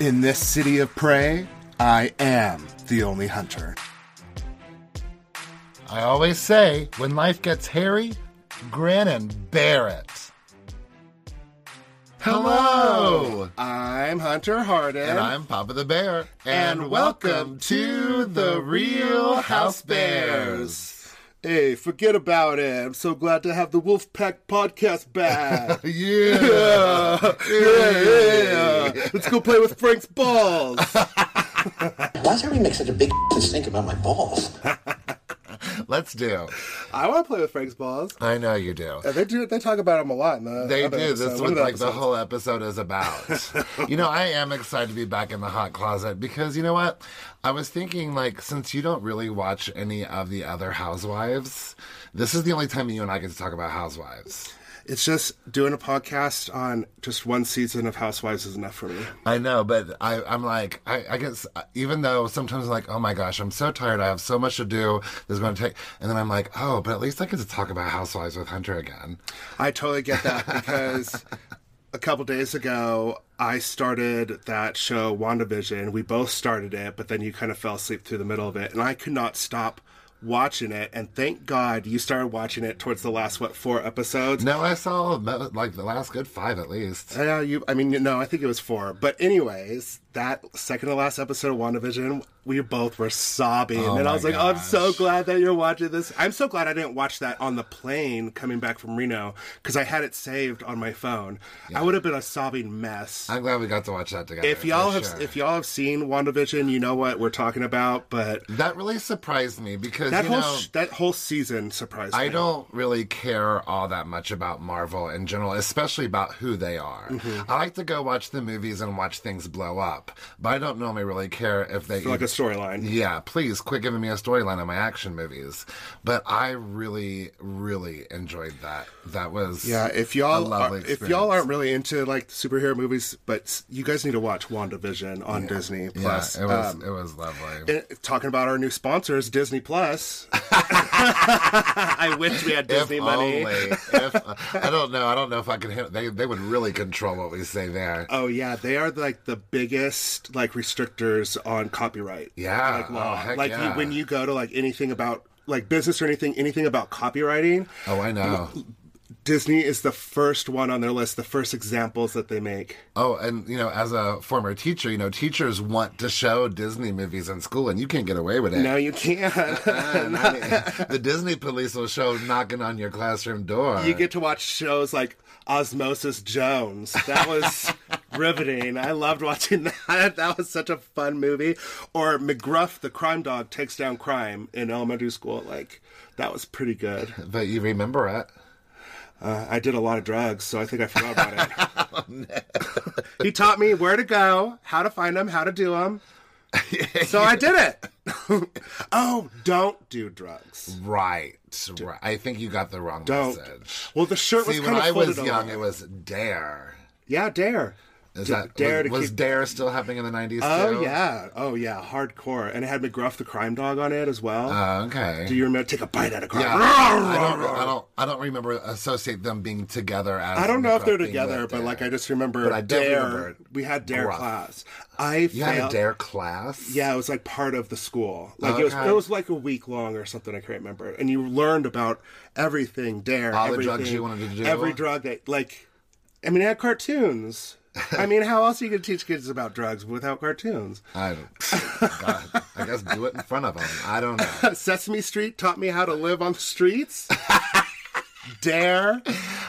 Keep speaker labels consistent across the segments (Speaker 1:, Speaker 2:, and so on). Speaker 1: In this city of prey, I am the only hunter.
Speaker 2: I always say, when life gets hairy, grin and bear it. Hello!
Speaker 1: I'm Hunter Harden.
Speaker 2: And I'm Papa the Bear.
Speaker 1: And welcome to the Real House Bears. Hey, forget about it. I'm so glad to have the Wolfpack podcast back.
Speaker 2: Yeah!
Speaker 1: Uh, yeah, yeah, yeah. Let's go play with Frank's balls.
Speaker 3: Why does everybody make such a big stink about my balls?
Speaker 2: Let's do.
Speaker 1: I want to play with Frank's balls.
Speaker 2: I know you do.
Speaker 1: Uh, They do. They talk about him a lot. In the
Speaker 2: They
Speaker 1: other
Speaker 2: do.
Speaker 1: episode,
Speaker 2: That's
Speaker 1: one
Speaker 2: what
Speaker 1: of the
Speaker 2: like the
Speaker 1: episodes.
Speaker 2: whole episode is about. you know, I am excited to be back in the hot closet because you know what? I was thinking like since you don't really watch any of the other housewives, this is the only time you and I get to talk about housewives.
Speaker 1: It's just doing a podcast on just one season of Housewives is enough for me.
Speaker 2: I know, but I, I'm like, I, I guess, uh, even though sometimes I'm like, oh my gosh, I'm so tired. I have so much to do. This is going to take. And then I'm like, oh, but at least I get to talk about Housewives with Hunter again.
Speaker 1: I totally get that because a couple days ago I started that show WandaVision. We both started it, but then you kind of fell asleep through the middle of it, and I could not stop watching it. And thank God you started watching it towards the last what four episodes.
Speaker 2: No, I saw mo- like the last good five at least.
Speaker 1: Yeah, you. I mean, no, I think it was four. But anyways, that second to last episode of WandaVision, we both were sobbing, and I
Speaker 2: Oh my
Speaker 1: was like, "Oh, "I'm so glad that you're watching this." I'm so glad I didn't watch that on the plane coming back from Reno because I had it saved on my phone. I would have been a sobbing mess.
Speaker 2: I'm glad we got to watch that together.
Speaker 1: if y'all
Speaker 2: for
Speaker 1: have,
Speaker 2: sure.
Speaker 1: if y'all have seen WandaVision, you know what we're talking about. But
Speaker 2: that really surprised me because
Speaker 1: that
Speaker 2: you
Speaker 1: whole
Speaker 2: know,
Speaker 1: sh- that whole season surprised
Speaker 2: I
Speaker 1: me.
Speaker 2: don't really care all that much about Marvel in general, especially about who they are.
Speaker 1: Mm-hmm.
Speaker 2: I like to go watch the movies and watch things blow up, but I don't normally really care if they
Speaker 1: like a storyline.
Speaker 2: Yeah, please quit giving me a storyline on my action movies. But I really, really enjoyed that. That was
Speaker 1: Yeah, if
Speaker 2: a
Speaker 1: y'all are,
Speaker 2: lovely
Speaker 1: if y'all
Speaker 2: experience.
Speaker 1: aren't really into like superhero movies, but s- you guys need to watch WandaVision on Disney
Speaker 2: yeah,
Speaker 1: Plus.
Speaker 2: it was
Speaker 1: Um,
Speaker 2: it was lovely.
Speaker 1: and talking about our new sponsors, Disney Plus. I wish we had Disney
Speaker 2: if
Speaker 1: money.
Speaker 2: Only, if, I don't know. I don't know if I can. Handle, they they would really control what we say there.
Speaker 1: Oh yeah, they are like the biggest like restrictors on copyright.
Speaker 2: Yeah,
Speaker 1: like
Speaker 2: oh,
Speaker 1: law.
Speaker 2: heck
Speaker 1: like
Speaker 2: yeah.
Speaker 1: you, when you go to like anything about like business or anything, anything about copywriting,
Speaker 2: oh, I know.
Speaker 1: Disney is the first one on their list. The first examples that they make.
Speaker 2: Oh, and you know, as a former teacher, you know, teachers want to show Disney movies in school, and you can't get away with it.
Speaker 1: No, you can't.
Speaker 2: And I mean, the Disney police will show knocking on your classroom door.
Speaker 1: you get to watch shows like Osmosis Jones. That was riveting. I loved watching that. That was such a fun movie. Or McGruff, the crime dog, takes down crime in elementary school. Like that was pretty good.
Speaker 2: but you remember it.
Speaker 1: Uh, I did a lot of drugs, so I think I forgot about it.
Speaker 2: Oh,
Speaker 1: he taught me where to go, how to find them, how to do them. So I did it. oh, don't do drugs.
Speaker 2: Right, right. I think you got the wrong
Speaker 1: Don't.
Speaker 2: message.
Speaker 1: Well, the shirt was
Speaker 2: See, when
Speaker 1: kind of
Speaker 2: I was
Speaker 1: folded
Speaker 2: young,
Speaker 1: over.
Speaker 2: it was Dare.
Speaker 1: Yeah, dare.
Speaker 2: Is
Speaker 1: D-
Speaker 2: that
Speaker 1: dare
Speaker 2: was,
Speaker 1: to
Speaker 2: was
Speaker 1: keep
Speaker 2: Dare still happening in the nineties?
Speaker 1: Oh
Speaker 2: too?
Speaker 1: yeah, oh yeah, hardcore, and it had McGruff the crime dog on it as well.
Speaker 2: Oh, okay.
Speaker 1: Do you remember? Take a bite out of crime.
Speaker 2: Yeah, I don't, I don't, I don't remember associate them being together. As
Speaker 1: I don't know if they're
Speaker 2: being
Speaker 1: together,
Speaker 2: with
Speaker 1: but
Speaker 2: Dare.
Speaker 1: like I just remember
Speaker 2: But I don't
Speaker 1: Dare.
Speaker 2: remember
Speaker 1: we had Dare
Speaker 2: Gruff.
Speaker 1: class. I
Speaker 2: you
Speaker 1: failed.
Speaker 2: had a Dare class.
Speaker 1: Yeah, it was like part of the school. Like it was,
Speaker 2: Okay.
Speaker 1: it was like a week long or something. I can't remember. And you learned about everything Dare,
Speaker 2: All the
Speaker 1: everything,
Speaker 2: drugs you wanted to do?
Speaker 1: every drug that like. I mean, it had cartoons. I mean, how else are you going to teach kids about drugs without cartoons?
Speaker 2: I don't. God, I guess do it in front of them. I don't know.
Speaker 1: Sesame Street taught me how to live on the streets. Dare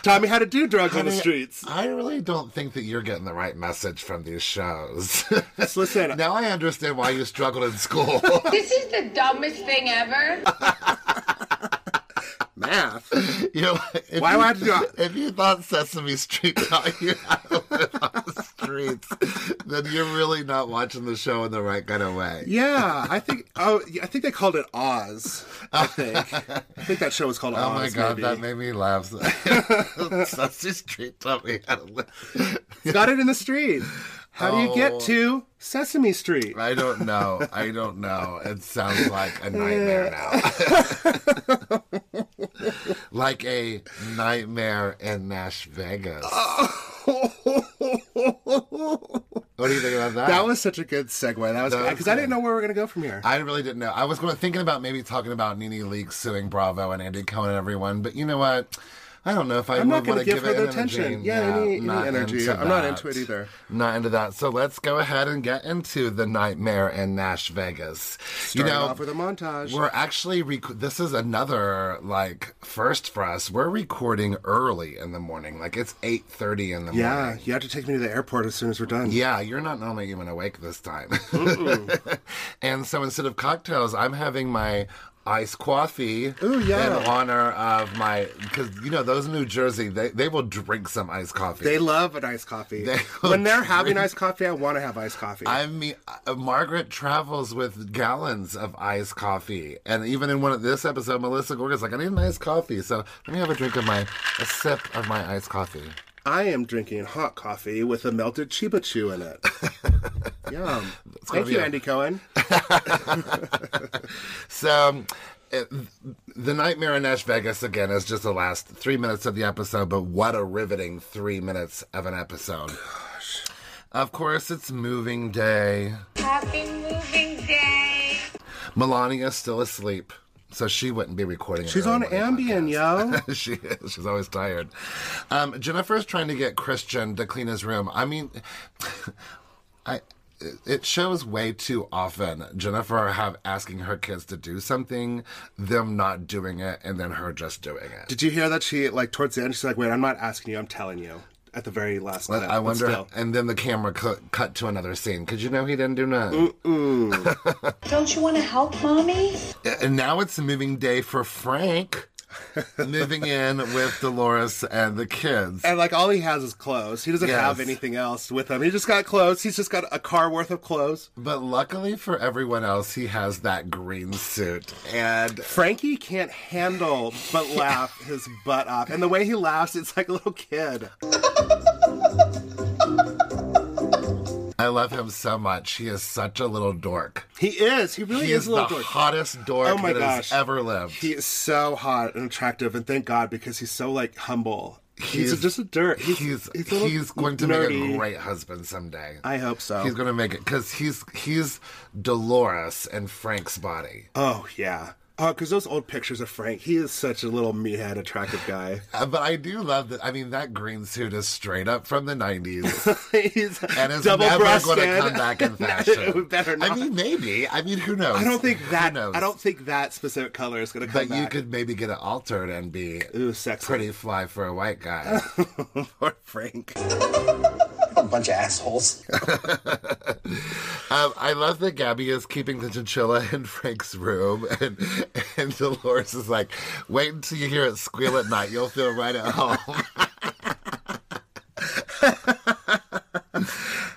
Speaker 1: taught me how to do drugs on the streets.
Speaker 2: I really don't think that you're getting the right message from these shows.
Speaker 1: Just listen,
Speaker 2: now I understand why you struggled in school.
Speaker 4: This is the dumbest thing ever.
Speaker 1: math.
Speaker 2: you know, if
Speaker 1: Why
Speaker 2: you,
Speaker 1: would I have to do it?
Speaker 2: If you thought Sesame Street taught you how to live on the streets, then you're really not watching the show in the right kind of way.
Speaker 1: Yeah, I think. Oh, yeah, I think they called it Oz. I think. I think that show was called Oz.
Speaker 2: Oh my god,
Speaker 1: maybe.
Speaker 2: that made me laugh. Sesame Street taught me how to live.
Speaker 1: It's got it in the street. How do you
Speaker 2: Oh.
Speaker 1: get to Sesame Street?
Speaker 2: I don't know. I don't know. It sounds like a nightmare now. like a nightmare in Nash Vegas. What do you think about that?
Speaker 1: That was such a good segue. That was
Speaker 2: That was
Speaker 1: because I
Speaker 2: good.
Speaker 1: didn't know where we were gonna go from here.
Speaker 2: I really didn't know. I was going thinking about maybe talking about Nene Leakes suing Bravo and Andy Cohen and everyone, but you know what? I don't know if I
Speaker 1: I'm
Speaker 2: would
Speaker 1: not
Speaker 2: want
Speaker 1: gonna
Speaker 2: to
Speaker 1: give
Speaker 2: give
Speaker 1: her
Speaker 2: it
Speaker 1: the
Speaker 2: an
Speaker 1: attention.
Speaker 2: energy.
Speaker 1: Yeah, any- any
Speaker 2: not
Speaker 1: energy.
Speaker 2: into
Speaker 1: I'm not
Speaker 2: that.
Speaker 1: into it either.
Speaker 2: Not into that. So let's go ahead and get into the nightmare in Nash Vegas.
Speaker 1: Starting off with a montage.
Speaker 2: We're actually rec- this is another like first for us. We're recording early in the morning, like it's eight thirty in the morning.
Speaker 1: yeah, you have to take me to the airport as soon as we're done.
Speaker 2: Yeah, you're not normally even awake this time. and so instead of cocktails, I'm having my iced coffee
Speaker 1: Ooh, yeah.
Speaker 2: in honor of my because you know those in New Jersey they, they will drink some iced coffee.
Speaker 1: They love an iced coffee.
Speaker 2: They
Speaker 1: when they're
Speaker 2: drink-
Speaker 1: having iced coffee, I want to have iced coffee.
Speaker 2: I mean, uh, Margaret travels with gallons of iced coffee, and even in one of this episode, Melissa Gorga's like, "I need an iced coffee," so let me have a drink of my a sip of my iced coffee.
Speaker 1: I am drinking hot coffee with a melted Chiba Chew in it. Yum. Thank
Speaker 2: be
Speaker 1: you,
Speaker 2: a-
Speaker 1: Andy Cohen.
Speaker 2: So, um, it, the nightmare in Nash Vegas again is just the last three minutes of the episode, but what a riveting three minutes of an episode! Of course, it's moving day.
Speaker 4: Happy moving day.
Speaker 2: Melania is still asleep, so she wouldn't be recording. an
Speaker 1: She's
Speaker 2: early
Speaker 1: on
Speaker 2: morning
Speaker 1: Ambien, yo.
Speaker 2: she is. She's always tired. Um, Jennifer's trying to get Christian to clean his room. I mean, I. It shows way too often Jennifer have asking her kids to do something, them not doing it, and then her just doing it.
Speaker 1: Did you hear that she like towards the end? She's like, "Wait, I'm not asking you. I'm telling you." At the very last,
Speaker 2: But
Speaker 1: minute,
Speaker 2: I
Speaker 1: but
Speaker 2: wonder.
Speaker 1: still.
Speaker 2: And then the camera cut, cut to another scene because you know he didn't do nothing.
Speaker 5: Don't you want to help, mommy?
Speaker 2: And now it's a moving day for Frank, moving in with Dolores and the kids.
Speaker 1: And like all he has is clothes. He doesn't
Speaker 2: Yes.
Speaker 1: have anything else with him. He just got clothes. He's just got a car worth of clothes.
Speaker 2: But luckily for everyone else, he has that green suit. And
Speaker 1: Frankie can't handle but laugh his butt off. And the way he laughs, it's like a little kid.
Speaker 2: I love him so much. He is such a little dork.
Speaker 1: He is. He really
Speaker 2: He
Speaker 1: is,
Speaker 2: is
Speaker 1: a
Speaker 2: the
Speaker 1: little dork.
Speaker 2: hottest dork
Speaker 1: Oh my
Speaker 2: that
Speaker 1: gosh.
Speaker 2: has ever lived.
Speaker 1: He is so hot and attractive, and thank God because he's so like humble. He's,
Speaker 2: He's-
Speaker 1: just a dirt.
Speaker 2: he's,
Speaker 1: he's,
Speaker 2: he's,
Speaker 1: a little
Speaker 2: going to make
Speaker 1: nerdy.
Speaker 2: a great husband someday.
Speaker 1: I hope so.
Speaker 2: He's going to make it because he's he's Dolores and Frank's body.
Speaker 1: Oh yeah. Oh, because those old pictures of Frank, he is such a little meathead, attractive guy.
Speaker 2: Uh, But I do love that. I mean, that green suit is straight up from the nineties.
Speaker 1: he's
Speaker 2: and it's
Speaker 1: double
Speaker 2: never
Speaker 1: breasted.
Speaker 2: going to come back in fashion.
Speaker 1: we better not.
Speaker 2: I mean, maybe. I mean, who knows?
Speaker 1: I don't think
Speaker 2: Who
Speaker 1: that.
Speaker 2: knows?
Speaker 1: I don't think that specific color is going to come
Speaker 2: But you
Speaker 1: back.
Speaker 2: could maybe get it altered and be
Speaker 1: Ooh, sexy.
Speaker 2: pretty fly for a white guy.
Speaker 1: Poor Frank.
Speaker 3: A bunch of assholes.
Speaker 2: um, I love that Gabby is keeping the chinchilla in Frank's room, and and Dolores is like, "Wait until you hear it squeal at night. You'll feel right at home."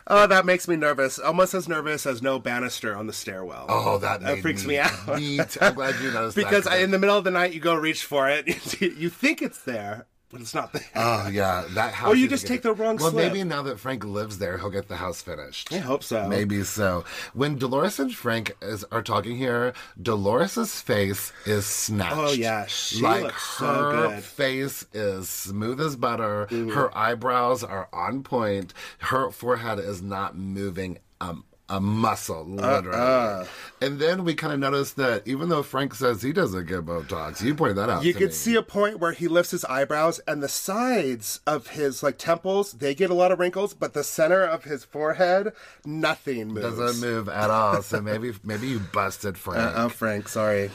Speaker 1: Oh, that makes me nervous. Almost as nervous as no banister on the stairwell.
Speaker 2: Oh, that, made
Speaker 1: freaks me out.
Speaker 2: neat. I'm glad you noticed that,
Speaker 1: because I, in
Speaker 2: I-
Speaker 1: the middle of the night you go reach for it, you think it's there, but it's not there.
Speaker 2: Oh yeah, that house.
Speaker 1: you
Speaker 2: is
Speaker 1: just
Speaker 2: gonna-
Speaker 1: take the wrong
Speaker 2: Well,
Speaker 1: slip.
Speaker 2: maybe now that Frank lives there, he'll get the house finished.
Speaker 1: I hope so.
Speaker 2: Maybe so. When Dolores and Frank is, are talking here, Dolores's face is snatched.
Speaker 1: Oh, yeah. She
Speaker 2: like
Speaker 1: looks so
Speaker 2: her
Speaker 1: good. Mm-hmm.
Speaker 2: face is smooth as butter. Her eyebrows are on point. Her forehead is not moving. Um, a muscle, literally.
Speaker 1: Uh-uh.
Speaker 2: And then we kind of notice that even though Frank says he doesn't get Botox, you pointed that out.
Speaker 1: You
Speaker 2: to
Speaker 1: could
Speaker 2: me.
Speaker 1: see a point where he lifts his eyebrows and the sides of his like temples, they get a lot of wrinkles, but the center of his forehead, nothing moves.
Speaker 2: doesn't move at all. So maybe maybe you busted Frank.
Speaker 1: Oh, Frank, sorry.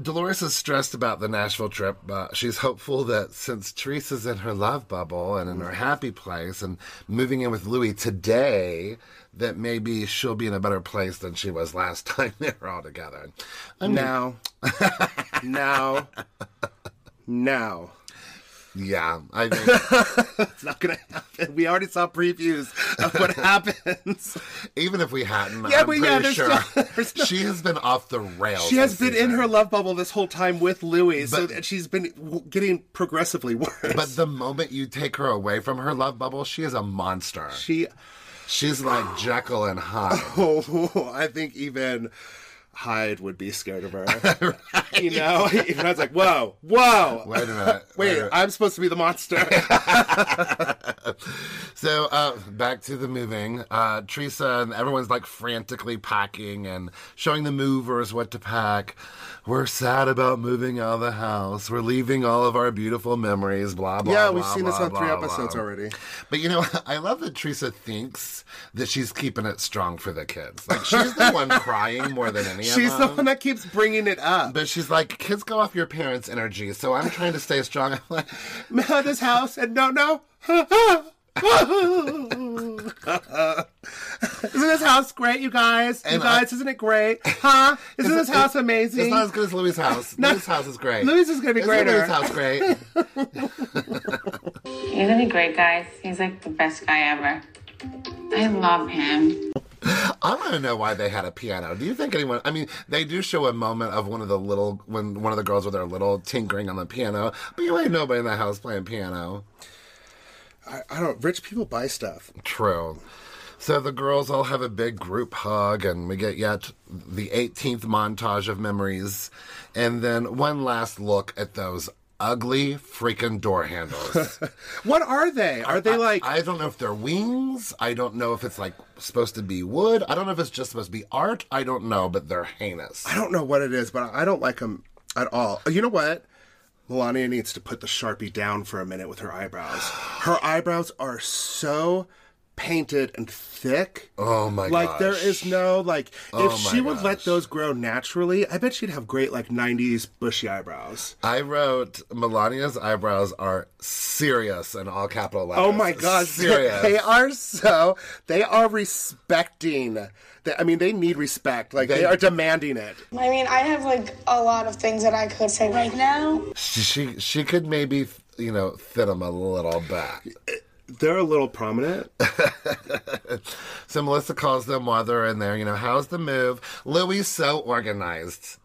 Speaker 2: Dolores is stressed about the Nashville trip. Uh, she's hopeful that since Teresa's in her love bubble and in her happy place and moving in with Louis today, that maybe she'll be in a better place than she was last time they were all together. And
Speaker 1: Now. now. Now.
Speaker 2: yeah, I think
Speaker 1: It's not going to happen. We already saw previews of what happens.
Speaker 2: even if we
Speaker 1: Yeah,
Speaker 2: hadn't, I'm
Speaker 1: but
Speaker 2: pretty
Speaker 1: yeah, there's
Speaker 2: sure
Speaker 1: still- there's no-
Speaker 2: she has been off the rails.
Speaker 1: She has
Speaker 2: this
Speaker 1: been in
Speaker 2: season.
Speaker 1: her love bubble this whole time with Louis, so
Speaker 2: But-
Speaker 1: that she's been w- getting progressively worse.
Speaker 2: But the moment you take her away from her love bubble, she is a monster.
Speaker 1: she
Speaker 2: She's like Jekyll and Hyde.
Speaker 1: Oh, I think even Hyde would be scared of her. You know, even I was like, "Whoa, whoa,
Speaker 2: Wait a minute.
Speaker 1: wait, I'm supposed to be the monster."
Speaker 2: So uh, back to the moving. Uh, Teresa and everyone's like frantically packing and showing the movers what to pack. We're sad about moving out of the house. We're leaving all of our beautiful memories. Blah blah.
Speaker 1: yeah, we've
Speaker 2: blah,
Speaker 1: seen this
Speaker 2: blah,
Speaker 1: on three
Speaker 2: blah,
Speaker 1: episodes
Speaker 2: blah.
Speaker 1: already.
Speaker 2: But you know, I love that Teresa thinks that she's keeping it strong for the kids. Like she's the one crying more than any of them.
Speaker 1: She's the one that keeps bringing it up.
Speaker 2: But she's like, kids go off your parents' energy, so I'm trying to stay strong. I'm like,
Speaker 1: Mother's house and no, no. Isn't this house great, you guys? You guys, isn't it great? Huh? Isn't this house amazing?
Speaker 2: it's not as good as Louis' house. Louis' house is great.
Speaker 1: Louis' is gonna be
Speaker 2: Isn't
Speaker 1: greater.
Speaker 2: Louis' house great.
Speaker 6: He's gonna be great, guys. He's like the best guy ever. I love him.
Speaker 2: I want to know why they had a piano. Do you think anyone? I mean, they do show a moment of one of the little when one of the girls with her little tinkering on the piano, but you ain't nobody in the house playing piano.
Speaker 1: I, I don't. Rich people buy stuff.
Speaker 2: True. So the girls all have a big group hug, and we get yet the 18th montage of memories, and then one last look at those ugly freaking door handles.
Speaker 1: What are they? Are they like?
Speaker 2: I don't know if they're wings. I don't know if it's like supposed to be wood. I don't know if it's just supposed to be art. I don't know, but they're heinous.
Speaker 1: I don't know what it is, but I don't like them at all. You know what? Melania needs to put the Sharpie down for a minute with her eyebrows. Her eyebrows are so painted and thick.
Speaker 2: Oh my
Speaker 1: like
Speaker 2: gosh.
Speaker 1: there is no like if
Speaker 2: Oh my
Speaker 1: she would let
Speaker 2: gosh.
Speaker 1: those grow naturally, I bet she'd have great like 90s bushy eyebrows.
Speaker 2: I wrote Melania's eyebrows are serious in all capital letters.
Speaker 1: Oh my gosh,
Speaker 2: serious.
Speaker 1: they are so they are respecting. They, I mean, they need respect. Like they,
Speaker 2: They-
Speaker 1: are demanding it.
Speaker 7: I mean, I have like a lot of things that I could say right now.
Speaker 2: she, she she could maybe you know thin them a little bit.
Speaker 1: They're a little prominent.
Speaker 2: So Melissa calls them while they're in there. You know, how's the move? Louis so organized.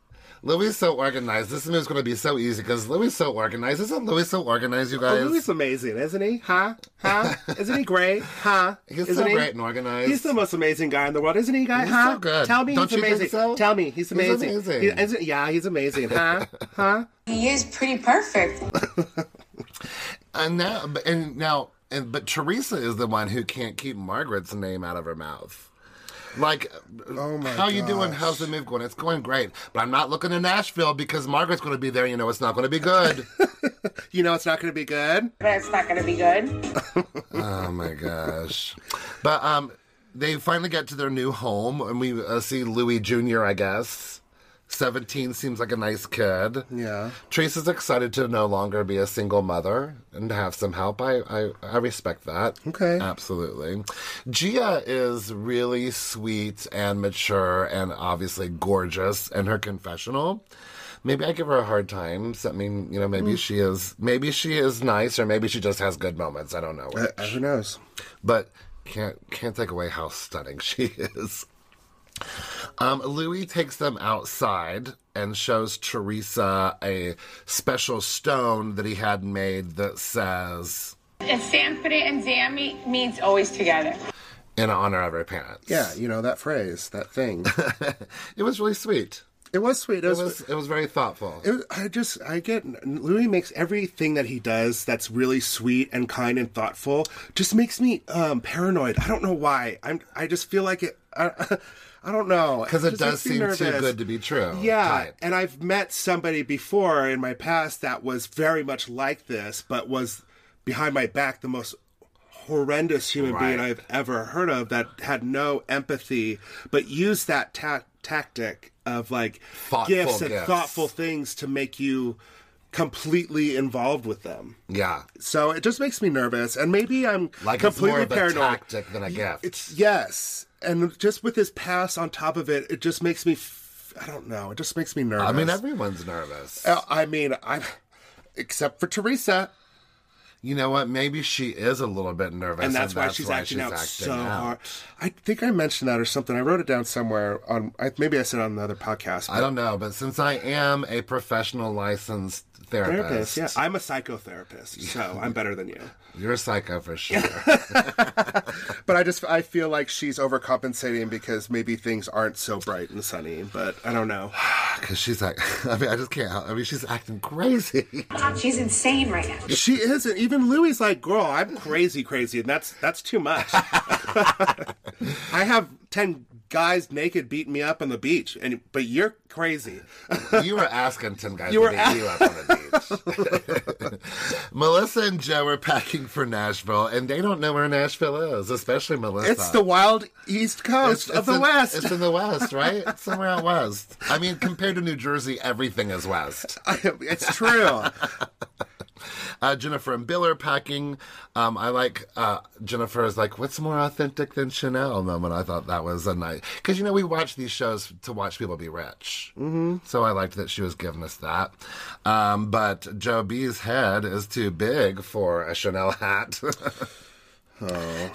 Speaker 2: Louis so organized. This move's going to be so easy because Louis so organized. Isn't Louis so organized, you guys?
Speaker 1: Well, Oh, Louis is amazing, isn't he? Huh? Huh? Isn't he great? Huh?
Speaker 2: He's
Speaker 1: isn't
Speaker 2: so
Speaker 1: he?
Speaker 2: great and organized.
Speaker 1: He's the most amazing guy in the world, isn't he, guy?
Speaker 2: He's
Speaker 1: huh?
Speaker 2: so good.
Speaker 1: Tell me
Speaker 2: Don't
Speaker 1: he's
Speaker 2: you think
Speaker 1: amazing.
Speaker 2: so?
Speaker 1: Tell me he's
Speaker 2: He's
Speaker 1: amazing.
Speaker 2: amazing.
Speaker 1: He- isn't- yeah, he's amazing. Huh? huh?
Speaker 6: He is pretty perfect.
Speaker 2: and now, but- and now, and but Teresa is the one who can't keep Margaret's name out of her mouth. Like,
Speaker 1: Oh my
Speaker 2: how you doing?
Speaker 1: gosh.
Speaker 2: How's the move going? It's going great, but I'm not looking to Nashville because Margaret's going to be there. You know, it's not going to be good.
Speaker 1: You know it's not going to be good.
Speaker 6: But it's not gonna be good.
Speaker 2: Oh my gosh! But um, they finally get to their new home, and we uh, see Louis Jr. I guess seventeen seems like a nice kid.
Speaker 1: Yeah.
Speaker 2: Trace is excited to no longer be a single mother and to have some help. I I, I respect that.
Speaker 1: Okay.
Speaker 2: absolutely. Gia is really sweet and mature, and obviously gorgeous in her confessional. Maybe I give her a hard time. So, I mean, you know,
Speaker 1: Mm.
Speaker 2: maybe she is, maybe she is nice, or maybe she just has good moments. I don't know
Speaker 1: Uh, who knows?
Speaker 2: but can't can't take away how stunning she is. Um, Louis takes them outside and shows Teresa a special stone that he had made that says
Speaker 6: And Sanford and Zammy means always together.
Speaker 2: "In honor of her parents."
Speaker 1: Yeah, you know that phrase, that thing.
Speaker 2: it was really sweet.
Speaker 1: it was sweet. It
Speaker 2: It
Speaker 1: was.
Speaker 2: was it was very thoughtful.
Speaker 1: it was- I just, I get, Louis makes everything that he does that's really sweet and kind and thoughtful just makes me um, paranoid. I don't know why. I'm, I just feel like it, I, I don't know.
Speaker 2: Because it
Speaker 1: just makes
Speaker 2: does
Speaker 1: me
Speaker 2: seem too
Speaker 1: nervous.
Speaker 2: good to be true.
Speaker 1: Yeah,
Speaker 2: type.
Speaker 1: and I've met somebody before in my past that was very much like this, but was behind my back the most horrendous human being
Speaker 2: Right.
Speaker 1: I've ever heard of that had no empathy, but used that ta- tactic of like
Speaker 2: Thoughtful
Speaker 1: gifts and
Speaker 2: gifts.
Speaker 1: thoughtful things to make you completely involved with them.
Speaker 2: yeah.
Speaker 1: So it just makes me nervous, and maybe I'm
Speaker 2: Like
Speaker 1: completely
Speaker 2: it's more of a
Speaker 1: paranoid.
Speaker 2: tactic than a gift.
Speaker 1: It's yes, and just with his pass on top of it, it just makes me. F- I don't know. It just makes me nervous.
Speaker 2: I mean, everyone's nervous.
Speaker 1: Uh, I mean, I'm except for Teresa,
Speaker 2: You know what? Maybe she is a little bit nervous,
Speaker 1: and that's, why she's acting
Speaker 2: she's
Speaker 1: out
Speaker 2: acting
Speaker 1: so
Speaker 2: out.
Speaker 1: hard. I think I mentioned that or something. I wrote it down somewhere on. I, maybe I said it on another podcast.
Speaker 2: I don't know, but since I am a professional licensed therapist.
Speaker 1: Therapist, yeah. I'm a psychotherapist, so I'm better than you.
Speaker 2: You're a psycho for sure.
Speaker 1: But I just I feel like she's overcompensating because maybe things aren't so bright and sunny. But I don't know.
Speaker 2: Because she's like, I mean, I just can't help. I mean, she's acting crazy.
Speaker 5: She's insane right now.
Speaker 1: She isn't. Even Louis is like, girl, I'm crazy, crazy, and that's that's too much. I have ten guys naked beating me up on the beach, and but you're crazy.
Speaker 2: you were asking 10 guys
Speaker 1: You
Speaker 2: to
Speaker 1: were
Speaker 2: meet
Speaker 1: a-
Speaker 2: you up on the beach. Melissa and Joe are packing for Nashville, and they don't know where Nashville is, especially Melissa.
Speaker 1: It's the wild East Coast
Speaker 2: It's-
Speaker 1: of
Speaker 2: it's
Speaker 1: the
Speaker 2: in-
Speaker 1: West.
Speaker 2: It's in the West, right? It's somewhere out West. I mean, compared to New Jersey, everything is West.
Speaker 1: it's true.
Speaker 2: Uh, Jennifer and Bill are packing. Um, I like uh, Jennifer is like, what's more authentic than Chanel moment? I thought that was a nice because you know we watch these shows to watch people be rich. Mm-hmm. So I liked that she was giving us that. Um, but Joe B's head is too big for a Chanel hat.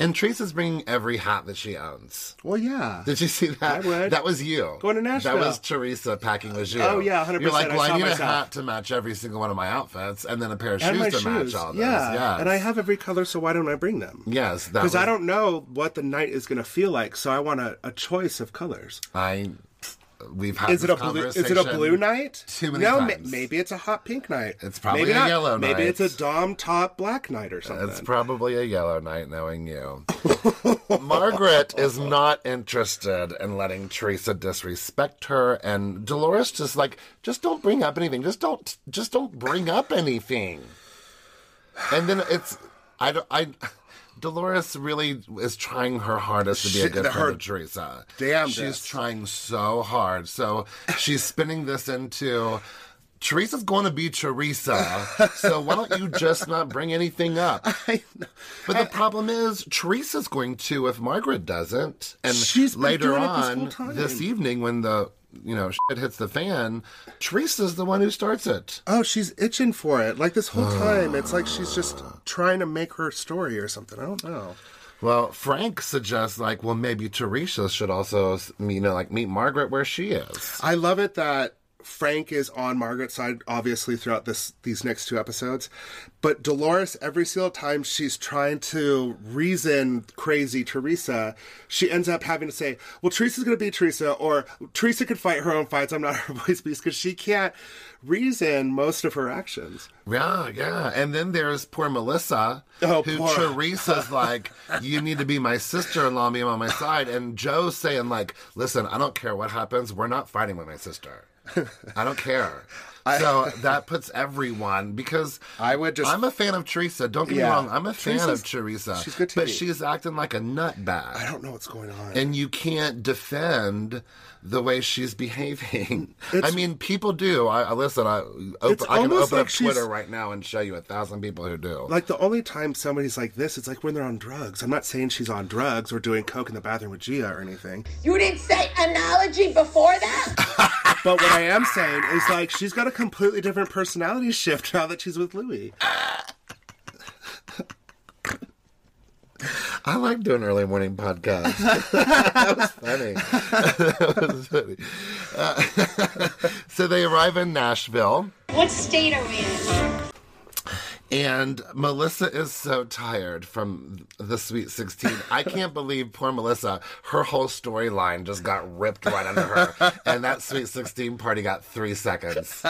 Speaker 2: And Teresa's bringing every hat that she owns.
Speaker 1: Well, yeah.
Speaker 2: Did you see that?
Speaker 1: I would.
Speaker 2: That was you.
Speaker 1: Going to Nashville.
Speaker 2: That was Teresa packing with you.
Speaker 1: Oh, yeah, 100%.
Speaker 2: You're like,
Speaker 1: I
Speaker 2: well, I,
Speaker 1: saw
Speaker 2: need
Speaker 1: myself.
Speaker 2: a hat to match every single one of my outfits, and then a pair of
Speaker 1: and
Speaker 2: shoes
Speaker 1: my
Speaker 2: to
Speaker 1: shoes.
Speaker 2: match all those.
Speaker 1: yeah.
Speaker 2: Yes.
Speaker 1: And I have every color, so why don't I bring them?
Speaker 2: Yes, that
Speaker 1: Because
Speaker 2: was-
Speaker 1: I don't know what the night is going to feel like, so I want a, a choice of colors.
Speaker 2: I. We've had.
Speaker 1: Is it
Speaker 2: this
Speaker 1: a blue? Is it a
Speaker 2: conversation.
Speaker 1: blue night?
Speaker 2: Too many
Speaker 1: No,
Speaker 2: times.
Speaker 1: ma- maybe it's a hot pink night.
Speaker 2: It's probably
Speaker 1: maybe
Speaker 2: a yellow
Speaker 1: Maybe
Speaker 2: night.
Speaker 1: it's a dom top black night or something.
Speaker 2: It's probably a yellow night, knowing you. Margaret is not interested in letting Teresa disrespect her, and Dolores just like, just don't bring up anything. Just don't, just don't bring up anything. And then it's, I, don't- I, Dolores really is trying her hardest to be a
Speaker 1: She-
Speaker 2: good
Speaker 1: her
Speaker 2: friend to Teresa.
Speaker 1: damn
Speaker 2: she's
Speaker 1: best.
Speaker 2: trying so hard. So she's spinning this into. Teresa's going to be Teresa, so why don't you just not bring anything up? But the problem is, Teresa's going to if Margaret doesn't, and
Speaker 1: She's been
Speaker 2: later
Speaker 1: doing it this
Speaker 2: on
Speaker 1: whole time.
Speaker 2: this evening when the you know shit hits the fan, Teresa's the one who starts it.
Speaker 1: oh, she's itching for it. Like this whole time, it's like she's just trying to make her story or something. I don't know.
Speaker 2: Well, Frank suggests like, well, maybe Teresa should also you know like meet Margaret where she is.
Speaker 1: I love it that Frank is on Margaret's side, obviously, throughout this these next two episodes. But Dolores, every single time she's trying to reason crazy Teresa, she ends up having to say, "Well, Teresa's going to be Teresa," or "Teresa could fight her own fights. I'm not her voice piece," because she can't reason most of her actions.
Speaker 2: Yeah, yeah. And then there's poor Melissa,
Speaker 1: Oh,
Speaker 2: who
Speaker 1: poor-
Speaker 2: Teresa's like, you need to be my sister in law, be on my side. And Joe's saying, like, listen, I don't care what happens. We're not fighting with my sister. I don't care. so that puts everyone because
Speaker 1: I would just-
Speaker 2: I'm a fan of Teresa. Don't get me
Speaker 1: Yeah.
Speaker 2: wrong. I'm a fan
Speaker 1: Teresa's-
Speaker 2: of Teresa.
Speaker 1: she's good to
Speaker 2: but
Speaker 1: me.
Speaker 2: she's acting like a nutbag
Speaker 1: I don't know what's going on.
Speaker 2: and you can't defend the way she's behaving. I mean, people do. I, I listen. I
Speaker 1: It's
Speaker 2: open, I can
Speaker 1: almost
Speaker 2: open
Speaker 1: like
Speaker 2: up
Speaker 1: she's-
Speaker 2: Twitter right now and show you a thousand people who do.
Speaker 1: like the only time somebody's like this, it's like when they're on drugs. I'm not saying she's on drugs or doing coke in the bathroom with Gia or anything.
Speaker 5: You didn't say analogy before that?
Speaker 1: But what I am saying is, like, she's got a completely different personality shift now that she's with Louis.
Speaker 2: I like doing early morning podcasts. that was funny. that was funny. Uh, so they arrive in Nashville.
Speaker 7: What state are we in?
Speaker 2: And Melissa is so tired from the Sweet 16. I can't believe poor Melissa, her whole storyline just got ripped right under her. And that Sweet 16 party got three seconds.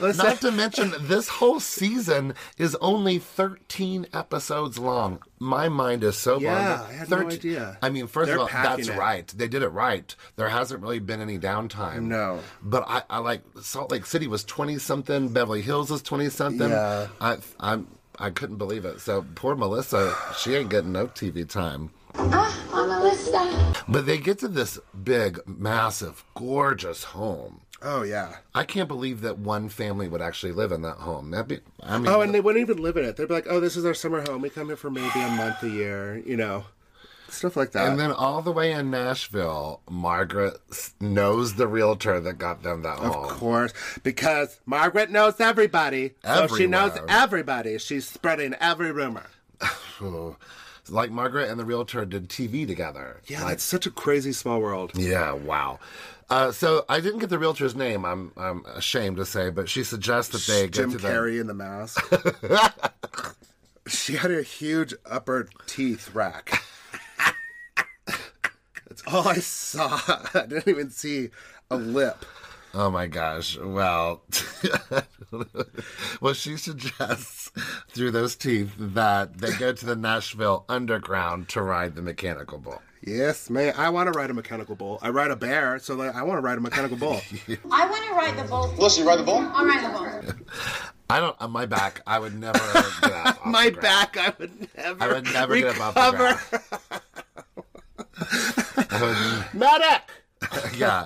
Speaker 2: Not to mention, this whole season is only 13 episodes long. My mind is so
Speaker 1: Yeah,
Speaker 2: blown.
Speaker 1: I had no idea.
Speaker 2: I mean, 1st
Speaker 1: They're
Speaker 2: of all,
Speaker 1: packing
Speaker 2: that's
Speaker 1: it.
Speaker 2: right. They did it right. There hasn't really been any downtime.
Speaker 1: No.
Speaker 2: But I, I like Salt Lake City was 20 something, Beverly Hills was 20 something.
Speaker 1: Yeah.
Speaker 2: I, I'm, I couldn't believe it. So poor Melissa, she ain't getting no TV time.
Speaker 5: Ah, I'm Melissa.
Speaker 2: But they get to this big, massive, gorgeous home.
Speaker 1: Oh, yeah.
Speaker 2: I can't believe that one family would actually live in that home. That'd be, I mean,
Speaker 1: Oh, and they wouldn't even live in it. They'd be like, oh, this is our summer home. We come here for maybe a month a year, you know, stuff like that.
Speaker 2: and then all the way in Nashville, Margaret s- knows the realtor that got them that home.
Speaker 1: of course, because Margaret knows everybody. So she knows
Speaker 2: Everywhere.
Speaker 1: everybody. She's spreading every rumor.
Speaker 2: Ooh. like Margaret and the realtor did TV together.
Speaker 1: Yeah,
Speaker 2: Like,
Speaker 1: that's such a crazy small world.
Speaker 2: yeah, wow. Uh, so I didn't get the realtor's name. I'm I'm ashamed to say, but she suggests that they
Speaker 1: Jim
Speaker 2: get to the
Speaker 1: Carrey in the mask. she had a huge upper teeth rack. That's all I saw. I didn't even see a lip.
Speaker 2: Oh my gosh. Well, well, she suggests through those teeth that they go to the Nashville Underground to ride the mechanical bull.
Speaker 1: Yes, man. I want to ride a mechanical bull. I ride a bear, so like, I want to ride a mechanical bull.
Speaker 5: I want to ride the bull.
Speaker 3: Listen, you ride the ball?
Speaker 5: I'll ride the bull.
Speaker 2: I don't, on my back, I would never get up. off
Speaker 1: My
Speaker 2: the ground.
Speaker 1: back, I would never.
Speaker 2: I would never get up off the
Speaker 1: recover.
Speaker 2: ground. I
Speaker 1: Medic.
Speaker 2: would- yeah.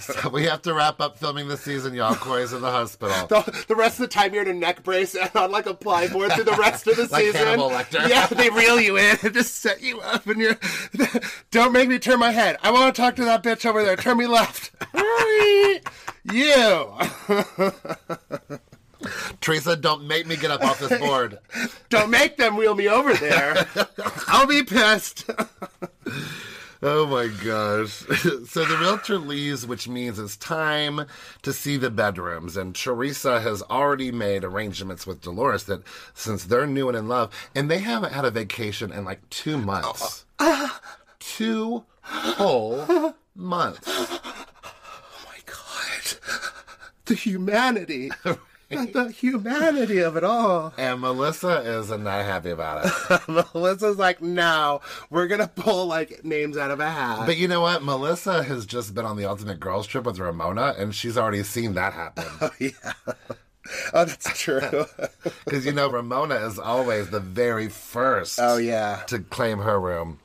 Speaker 2: So we have to wrap up filming the season, y'all. Corey's in the hospital.
Speaker 1: The, the rest of the time you're in a neck brace and on like a plyboard through the rest of the
Speaker 2: Like
Speaker 1: season.
Speaker 2: Hannibal Lecter.
Speaker 1: Yeah, they reel you in and just set you up and you're don't make me turn my head. I want to talk to that bitch over there. Turn me left. you
Speaker 2: Teresa, don't make me get up off this board.
Speaker 1: don't make them wheel me over there. I'll be pissed.
Speaker 2: Oh my gosh. so the realtor leaves, which means it's time to see the bedrooms. And Teresa has already made arrangements with Dolores that since they're new and in love, and they haven't had a vacation in like two months. two whole months.
Speaker 1: my god. The humanity. The humanity of it all.
Speaker 2: And Melissa is not happy about it.
Speaker 1: Melissa's like, no, we're gonna pull like names out of a hat.
Speaker 2: But you know what? Melissa has just been on the ultimate girls trip with Ramona, and she's already seen that happen.
Speaker 1: oh, that's true.
Speaker 2: Because you know, Ramona is always the very first.
Speaker 1: oh yeah.
Speaker 2: to claim her room.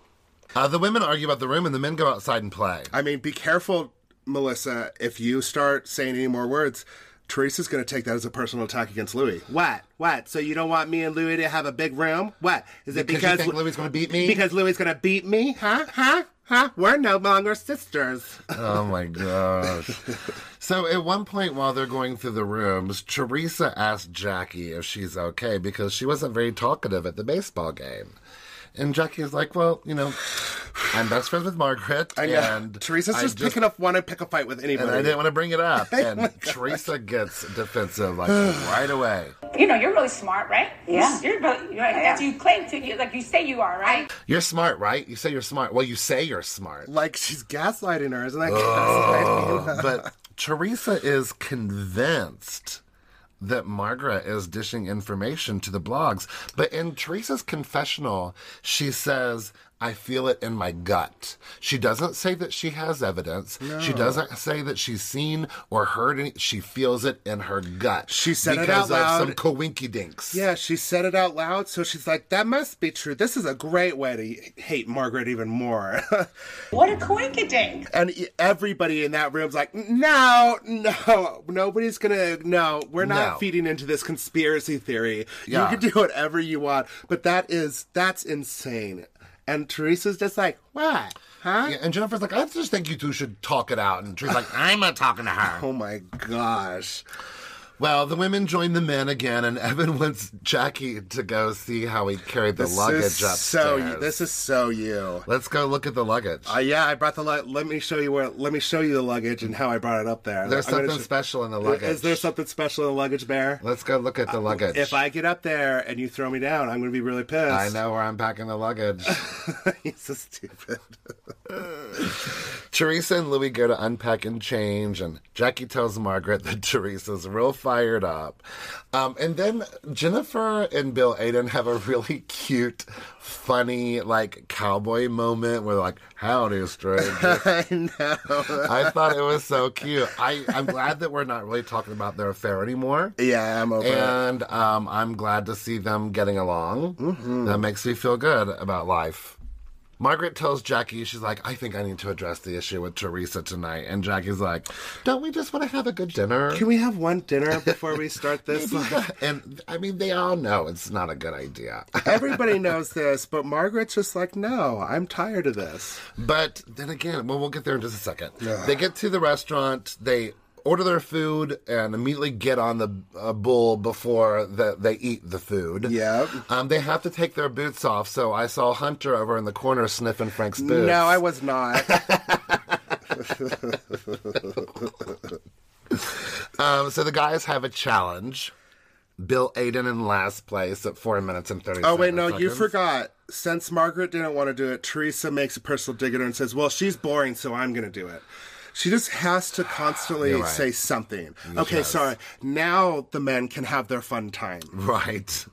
Speaker 2: Uh, the women argue about the room, and the men go outside and play.
Speaker 1: I mean, be careful, Melissa. If you start saying any more words, Teresa's going to take that as a personal attack against Louis. What? What? So you don't want me and Louis to have a big room? What? Is it
Speaker 2: Because you think Louis is gonna beat me?
Speaker 1: Because Louis is going to beat me? Huh? Huh? Huh? We're no longer sisters.
Speaker 2: oh my gosh! so at one point, while they're going through the rooms, Teresa asked Jackie if she's okay because she wasn't very talkative at the baseball game. And Jackie is like, "Well, you know, I'm best friends with Margaret, and
Speaker 1: Teresa's
Speaker 2: I
Speaker 1: just, picking up Oh one and pick a fight with anybody.
Speaker 2: and I didn't want to bring it up." And Teresa gets defensive like right away.
Speaker 8: You know, you're really smart, right?
Speaker 5: Yeah.
Speaker 8: You're, really- you're like, that's what you claim to. You like you say you are, right?
Speaker 2: You're smart, right? You say you're smart. Well, you say you're smart.
Speaker 1: like she's gaslighting her, isn't that gaslighting?
Speaker 2: but Teresa is convinced that Margaret is dishing information to the blogs. But in Teresa's confessional, she says, I feel it in my gut. She doesn't say that she has evidence. She doesn't say that she's seen or heard any. She feels it in her gut.
Speaker 1: She said it out
Speaker 2: because
Speaker 1: loud.
Speaker 2: of some coinky dinks.
Speaker 1: Yeah, she said it out loud, so she's like, "That must be true." This is a great way to hate Margaret even more.
Speaker 8: What a coinkydink.
Speaker 1: and e- everybody in that room's like, no, no, nobody's gonna, no, we're not
Speaker 2: No.
Speaker 1: feeding into this conspiracy theory.
Speaker 2: Yeah.
Speaker 1: You can do whatever you want, but that is, that's insane. And Teresa's just like, what? Huh?
Speaker 2: Yeah, And Jennifer's like, I just think you two should talk it out. And Teresa's like, I'm not talking to her.
Speaker 1: Oh my gosh.
Speaker 2: Well, the women joined the men again, and Evan wants Jackie to go see how he carried the
Speaker 1: This
Speaker 2: luggage
Speaker 1: is
Speaker 2: upstairs.
Speaker 1: So you, this is so you.
Speaker 2: Let's go look at the luggage.
Speaker 1: Uh, yeah, I brought the lug. Let me show you where. Let me show you the luggage and how I brought it up there.
Speaker 2: There's
Speaker 1: I'm gonna
Speaker 2: something
Speaker 1: sh-
Speaker 2: special in the luggage.
Speaker 1: Is there something special in the luggage bear?
Speaker 2: Let's go look at the luggage.
Speaker 1: If I get up there and you throw me down, I'm going to be really pissed.
Speaker 2: I know where I'm packing the luggage.
Speaker 1: He's so stupid.
Speaker 2: Teresa and Louis go to unpack and change, and Jackie tells Margaret that Teresa's real fired up. Um, and then Jennifer and Bill Aiden have a really cute, funny, like cowboy moment where they're like, "Howdy, stranger."
Speaker 1: I know.
Speaker 2: I thought it was so cute. I, I'm glad that we're not really talking about their affair anymore.
Speaker 1: Yeah, I'm over it.
Speaker 2: And um, I'm glad to see them getting along.
Speaker 1: Mm-hmm.
Speaker 2: That makes me feel good about life. Margaret tells Jackie, she's like, I think I need to address the issue with Teresa tonight. And Jackie's like, Don't we just want to have a good dinner?
Speaker 1: Can we have one dinner before we start this? Like,
Speaker 2: and I mean, they all know it's not a good idea.
Speaker 1: everybody knows this, but Margaret's just like, no, I'm tired of this.
Speaker 2: But then again, well, we'll get there in just a second. They get to the restaurant. They order their food and immediately get on the uh, bull before the, they eat the food.
Speaker 1: Yep.
Speaker 2: Um, they have to take their boots off. So I saw Hunter over in the corner sniffing Frank's boots.
Speaker 1: No, I was not.
Speaker 2: Um, so the guys have a challenge. Bill Aiden in last place at four minutes and thirty.
Speaker 1: Oh wait, no, you
Speaker 2: seconds.
Speaker 1: forgot. Since Margaret didn't want to do it, Teresa makes a personal dig at her and says, "Well, she's boring, so I'm going to do it." She just has to constantly
Speaker 2: right.
Speaker 1: say something. okay, sorry. Now the men can have their fun time.
Speaker 2: Right.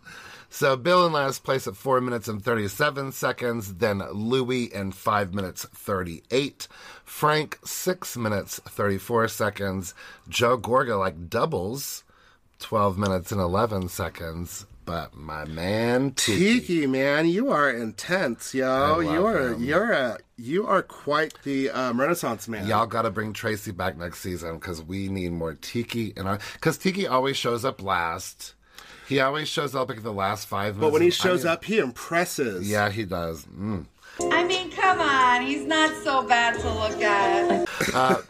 Speaker 2: So Bill in last place at 4 minutes and 37 seconds, then Louis in 5 minutes 38, Frank 6 minutes 34 seconds, Joe Gorga like doubles 12 minutes and 11 seconds, but my man Tiki.
Speaker 1: Tiki, man, you are intense, yo.
Speaker 2: love
Speaker 1: You are
Speaker 2: him.
Speaker 1: you're a you are quite the um, Renaissance man.
Speaker 2: Y'all got to bring Tracy back next season because we need more Tiki and our cuz Tiki always shows up last. He always shows up like the last 5 minutes.
Speaker 1: But when he
Speaker 2: I
Speaker 1: shows
Speaker 2: mean-
Speaker 1: up, he impresses.
Speaker 2: Yeah, he does. Mm.
Speaker 4: I mean, come on, he's not so bad to look at.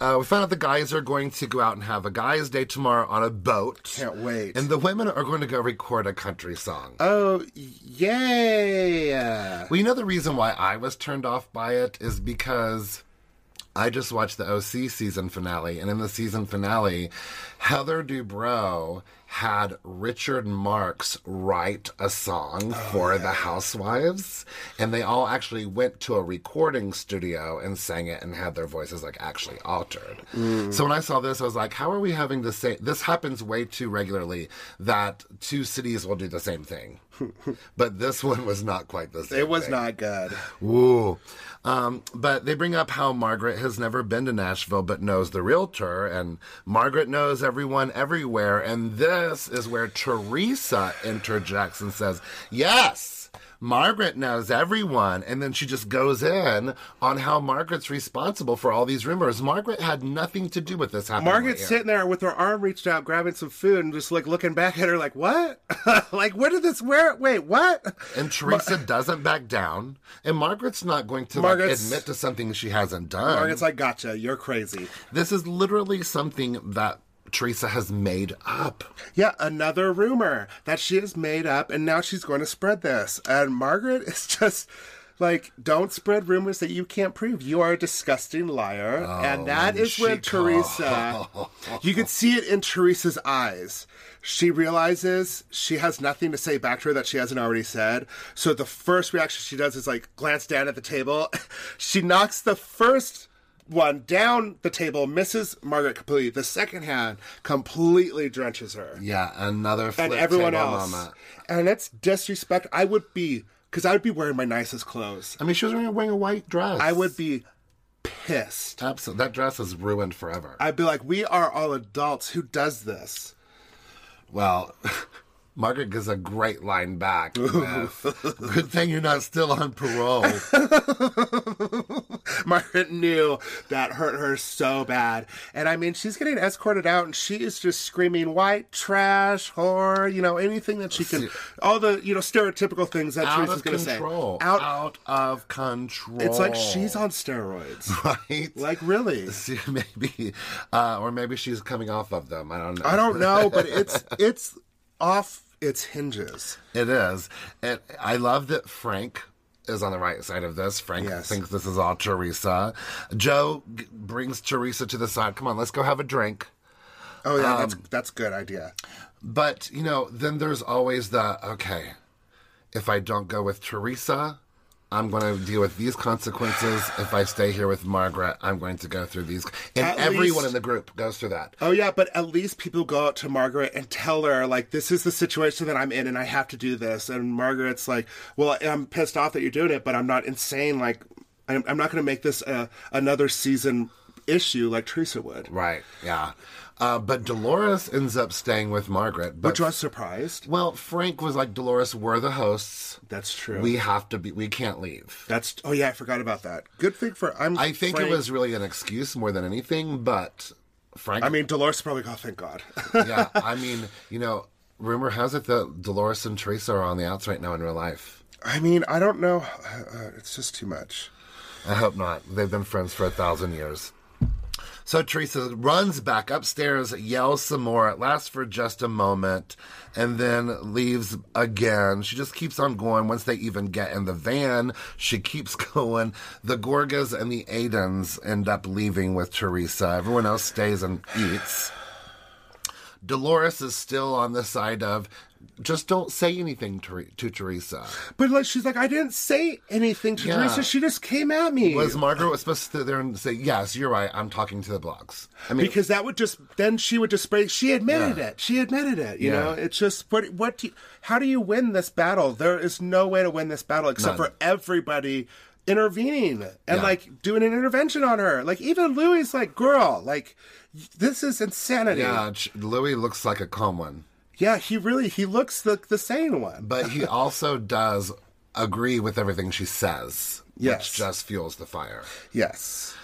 Speaker 2: Uh, we found out the guys are going to go out and have a guys' day tomorrow on a boat.
Speaker 1: Can't wait.
Speaker 2: And the women are going to go record a country song. Uh,
Speaker 1: Oh, yeah.
Speaker 2: well, you know the reason why I was turned off by it is because I just watched the OC season finale, and in the season finale, Heather Dubrow had Richard Marx write a song
Speaker 1: Oh,
Speaker 2: for the Housewives, and they all actually went to a recording studio and sang it and had their voices like actually altered.
Speaker 1: Mm.
Speaker 2: So when I saw this, I was like, how are we having the same? This happens way too regularly that two cities will do the same thing. but this one was not quite the same.
Speaker 1: It was
Speaker 2: thing.
Speaker 1: not good.
Speaker 2: Oh Ooh. Um, but they bring up how Margaret has never been to Nashville but knows the realtor, and Margaret knows everyone everywhere. And this is where Teresa interjects and says, Yes, Margaret knows everyone. And then she just goes in on how Margaret's responsible for all these rumors. Margaret had nothing to do with this happening.
Speaker 1: Margaret's
Speaker 2: right here.
Speaker 1: sitting there with her arm reached out, grabbing some food, and just like looking back at her, like what? like where did this? Where? Wait, what?
Speaker 2: And Teresa doesn't back down. And Margaret's not going to like,
Speaker 1: Margaret's-
Speaker 2: admit to something she hasn't done.
Speaker 1: Margaret's like, gotcha, you're crazy.
Speaker 2: This is literally something that Teresa has made up.
Speaker 1: Yeah, another rumor that she has made up, and now she's going to spread this. And Margaret is just like, don't spread rumors that you can't prove. You are a disgusting liar, and that
Speaker 2: and
Speaker 1: is when
Speaker 2: she
Speaker 1: Teresa. you could see it in Teresa's eyes. She realizes she has nothing to say back to her that she hasn't already said. So the first reaction she does is like glance down at the table. she knocks the first one down the table, misses Margaret completely. The second hand completely drenches her
Speaker 2: Yeah, another flip
Speaker 1: and everyone
Speaker 2: table
Speaker 1: else.
Speaker 2: moment.
Speaker 1: And that's disrespect. I would be, because I would be wearing my nicest clothes.
Speaker 2: I mean, she was wearing, wearing a white dress.
Speaker 1: I would be pissed.
Speaker 2: Absolutely. That dress is ruined forever.
Speaker 1: I'd be like, we are all adults. Who does this?
Speaker 2: well, Margaret gives a great line back. with, Good thing you're not still on parole.
Speaker 1: Margaret knew that hurt her so bad. And I mean, she's getting escorted out and she is just screaming white trash, whore, you know, anything that she can, all the, you know, stereotypical things that
Speaker 2: Out
Speaker 1: Teresa's
Speaker 2: of
Speaker 1: going to say.
Speaker 2: control.
Speaker 1: Out.
Speaker 2: Out of control.
Speaker 1: It's like she's on steroids.
Speaker 2: Right?
Speaker 1: Like, really?
Speaker 2: See, maybe, uh, or maybe she's coming off of them. I don't know.
Speaker 1: I don't know, but it's it's off its hinges.
Speaker 2: It is. And I love that Frank is on the right side of this. Frank
Speaker 1: Yes.
Speaker 2: thinks this is all Teresa. Joe g- brings Teresa to the side. Come on, let's go have a drink.
Speaker 1: Oh yeah, that's
Speaker 2: Um,
Speaker 1: that's good idea.
Speaker 2: But, you know, then there's always the okay, if I don't go with Teresa, I'm going to deal with these consequences. If I stay here with Margaret, I'm going to go through these. And
Speaker 1: At
Speaker 2: everyone
Speaker 1: least-
Speaker 2: in the group goes through that.
Speaker 1: Oh yeah, but at least people go out to Margaret and tell her like this is the situation that I'm in and I have to do this. And Margaret's like, "Well, I'm pissed off that you're doing it, but I'm not insane. Like, I'm, I'm not going to make this a, another season issue like Teresa would,"
Speaker 2: Right, yeah. Uh, but Dolores ends up staying with Margaret. But
Speaker 1: which I was surprised.
Speaker 2: Well, Frank was like, Dolores, we're the hosts.
Speaker 1: That's true.
Speaker 2: We have to be, we can't leave.
Speaker 1: that's oh yeah, I forgot about that. Good thing for I'm.
Speaker 2: I think
Speaker 1: Frank-
Speaker 2: it was really an excuse more than anything, but Frank,
Speaker 1: I mean, Dolores probably. Oh, thank God.
Speaker 2: yeah, I mean, you know, rumor has it that Dolores and Teresa are on the outs right now in real life.
Speaker 1: I mean, I don't know. Uh, it's just too much.
Speaker 2: I hope not. They've been friends for a thousand years. So Teresa runs back upstairs, yells some more. It lasts for just a moment and then leaves again. She just keeps on going. Once they even get in the van, she keeps going. The Gorgas and the Aidens end up leaving with Teresa. Everyone else stays and eats. Dolores is still on the side of just don't say anything to, to Teresa.
Speaker 1: But like she's like, I didn't say anything to
Speaker 2: Yeah.
Speaker 1: Teresa. She just came at me.
Speaker 2: Was Margaret was supposed to sit there and say, "Yes, you're right. I'm talking to the blocks." I mean,
Speaker 1: because that would just then she would just break. She admitted
Speaker 2: Yeah.
Speaker 1: it. She admitted it. You
Speaker 2: Yeah.
Speaker 1: know, it's just what what do you, how do you win this battle? There is no way to win this battle except
Speaker 2: None.
Speaker 1: for everybody intervening and
Speaker 2: Yeah.
Speaker 1: like doing an intervention on her. Like even Louis, like girl, like this is insanity.
Speaker 2: yeah, Ch- Louis looks like a calm one,
Speaker 1: Yeah, he really he looks the the sane one.
Speaker 2: but he also does agree with everything she says,
Speaker 1: Yes.
Speaker 2: which just fuels the fire.
Speaker 1: Yes.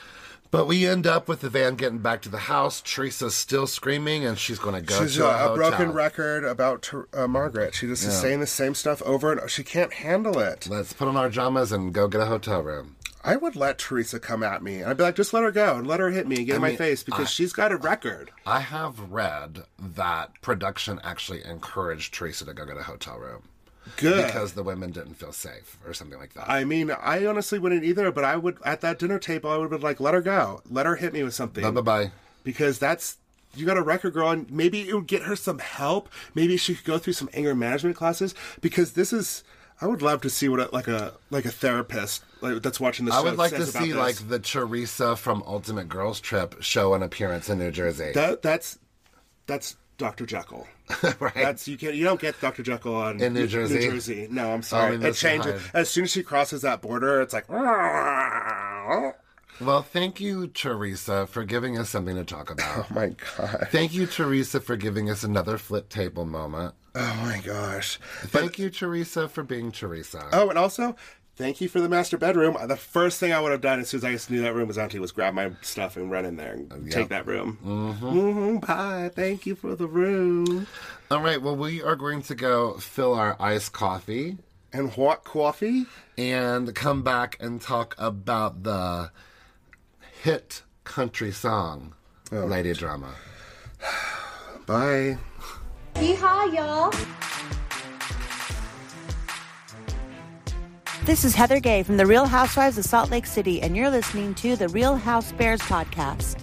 Speaker 2: But we end up with the van getting back to the house. Teresa's still screaming, and she's going to go
Speaker 1: She's
Speaker 2: to
Speaker 1: a,
Speaker 2: a,
Speaker 1: a broken
Speaker 2: hotel.
Speaker 1: record about Ter- uh, Margaret. She just is saying the same stuff over and she can't handle it.
Speaker 2: Let's put on our pajamas and go get a hotel room.
Speaker 1: I would let Teresa come at me. I'd be like, just let her go and let her hit me and get in my
Speaker 2: mean,
Speaker 1: face because she's got a record.
Speaker 2: I have read that production actually encouraged Teresa to go get a hotel room
Speaker 1: Good.
Speaker 2: because the women didn't feel safe or something like that.
Speaker 1: I mean, I honestly wouldn't either, but I would, at that dinner table, I would have been like, let her go. Let her hit me with something.
Speaker 2: Bye bye bye.
Speaker 1: because that's, you got a record girl, and maybe it would get her some help. Maybe she could go through some anger management classes because this is. I would love to see what a, like a like a therapist like, that's watching this.
Speaker 2: I
Speaker 1: show
Speaker 2: would like to
Speaker 1: says about
Speaker 2: see
Speaker 1: this.
Speaker 2: like the Teresa from Ultimate Girls Trip show an appearance in New Jersey.
Speaker 1: That that's that's Dr. Jekyll.
Speaker 2: right.
Speaker 1: That's you can you don't get Dr. Jekyll on
Speaker 2: In New Jersey? Oh,
Speaker 1: Jersey. No, I'm sorry.
Speaker 2: in
Speaker 1: it
Speaker 2: Mr.
Speaker 1: changes
Speaker 2: Hyde.
Speaker 1: as soon as she crosses that border. It's like oh
Speaker 2: well, thank you, Teresa, for giving us something to talk about.
Speaker 1: my god,
Speaker 2: thank you, Teresa, for giving us another flip table moment.
Speaker 1: oh my gosh.
Speaker 2: Thank you, Teresa, for being Teresa.
Speaker 1: Oh, and also. Thank you for the master bedroom. The first thing I would have done as soon as I just knew that room was empty was grab my stuff and run in there
Speaker 2: Oh,
Speaker 1: and take that room. Mm-hmm. Bye. Thank you for the room.
Speaker 2: All right, well, we are going to go fill our iced coffee
Speaker 1: And what coffee?
Speaker 2: and come back and talk about the hit country song, Lady Drama.
Speaker 1: Oh. Bye.
Speaker 5: See how y'all.
Speaker 9: This is Heather Gay from The Real Housewives of Salt Lake City, and you're listening to The Real House Bears podcast.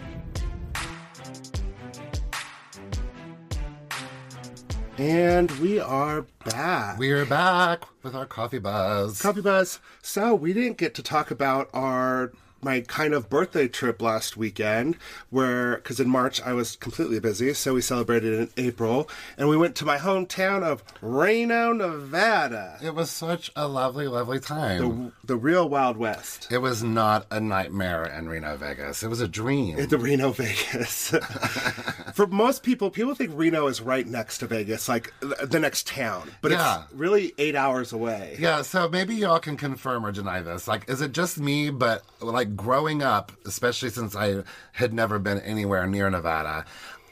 Speaker 1: And we are back.
Speaker 2: We're back with our coffee buzz.
Speaker 1: Copy Buzz. So we didn't get to talk about our my kind of birthday trip last weekend, where because in March I was completely busy, so we celebrated in April, and we went to my hometown of Reno, Nevada,
Speaker 2: It was such a lovely, lovely time.
Speaker 1: the real Wild West.
Speaker 2: It was not a nightmare in Reno, Vegas. It was a dream.
Speaker 1: The Reno Vegas. For most people, people think Reno is right next to Vegas, like th- the next town, but
Speaker 2: Yeah.
Speaker 1: it's really eight hours away.
Speaker 2: yeah, so maybe y'all can confirm or deny this. Like, is it just me? But, like, growing up, especially since I had never been anywhere near Nevada,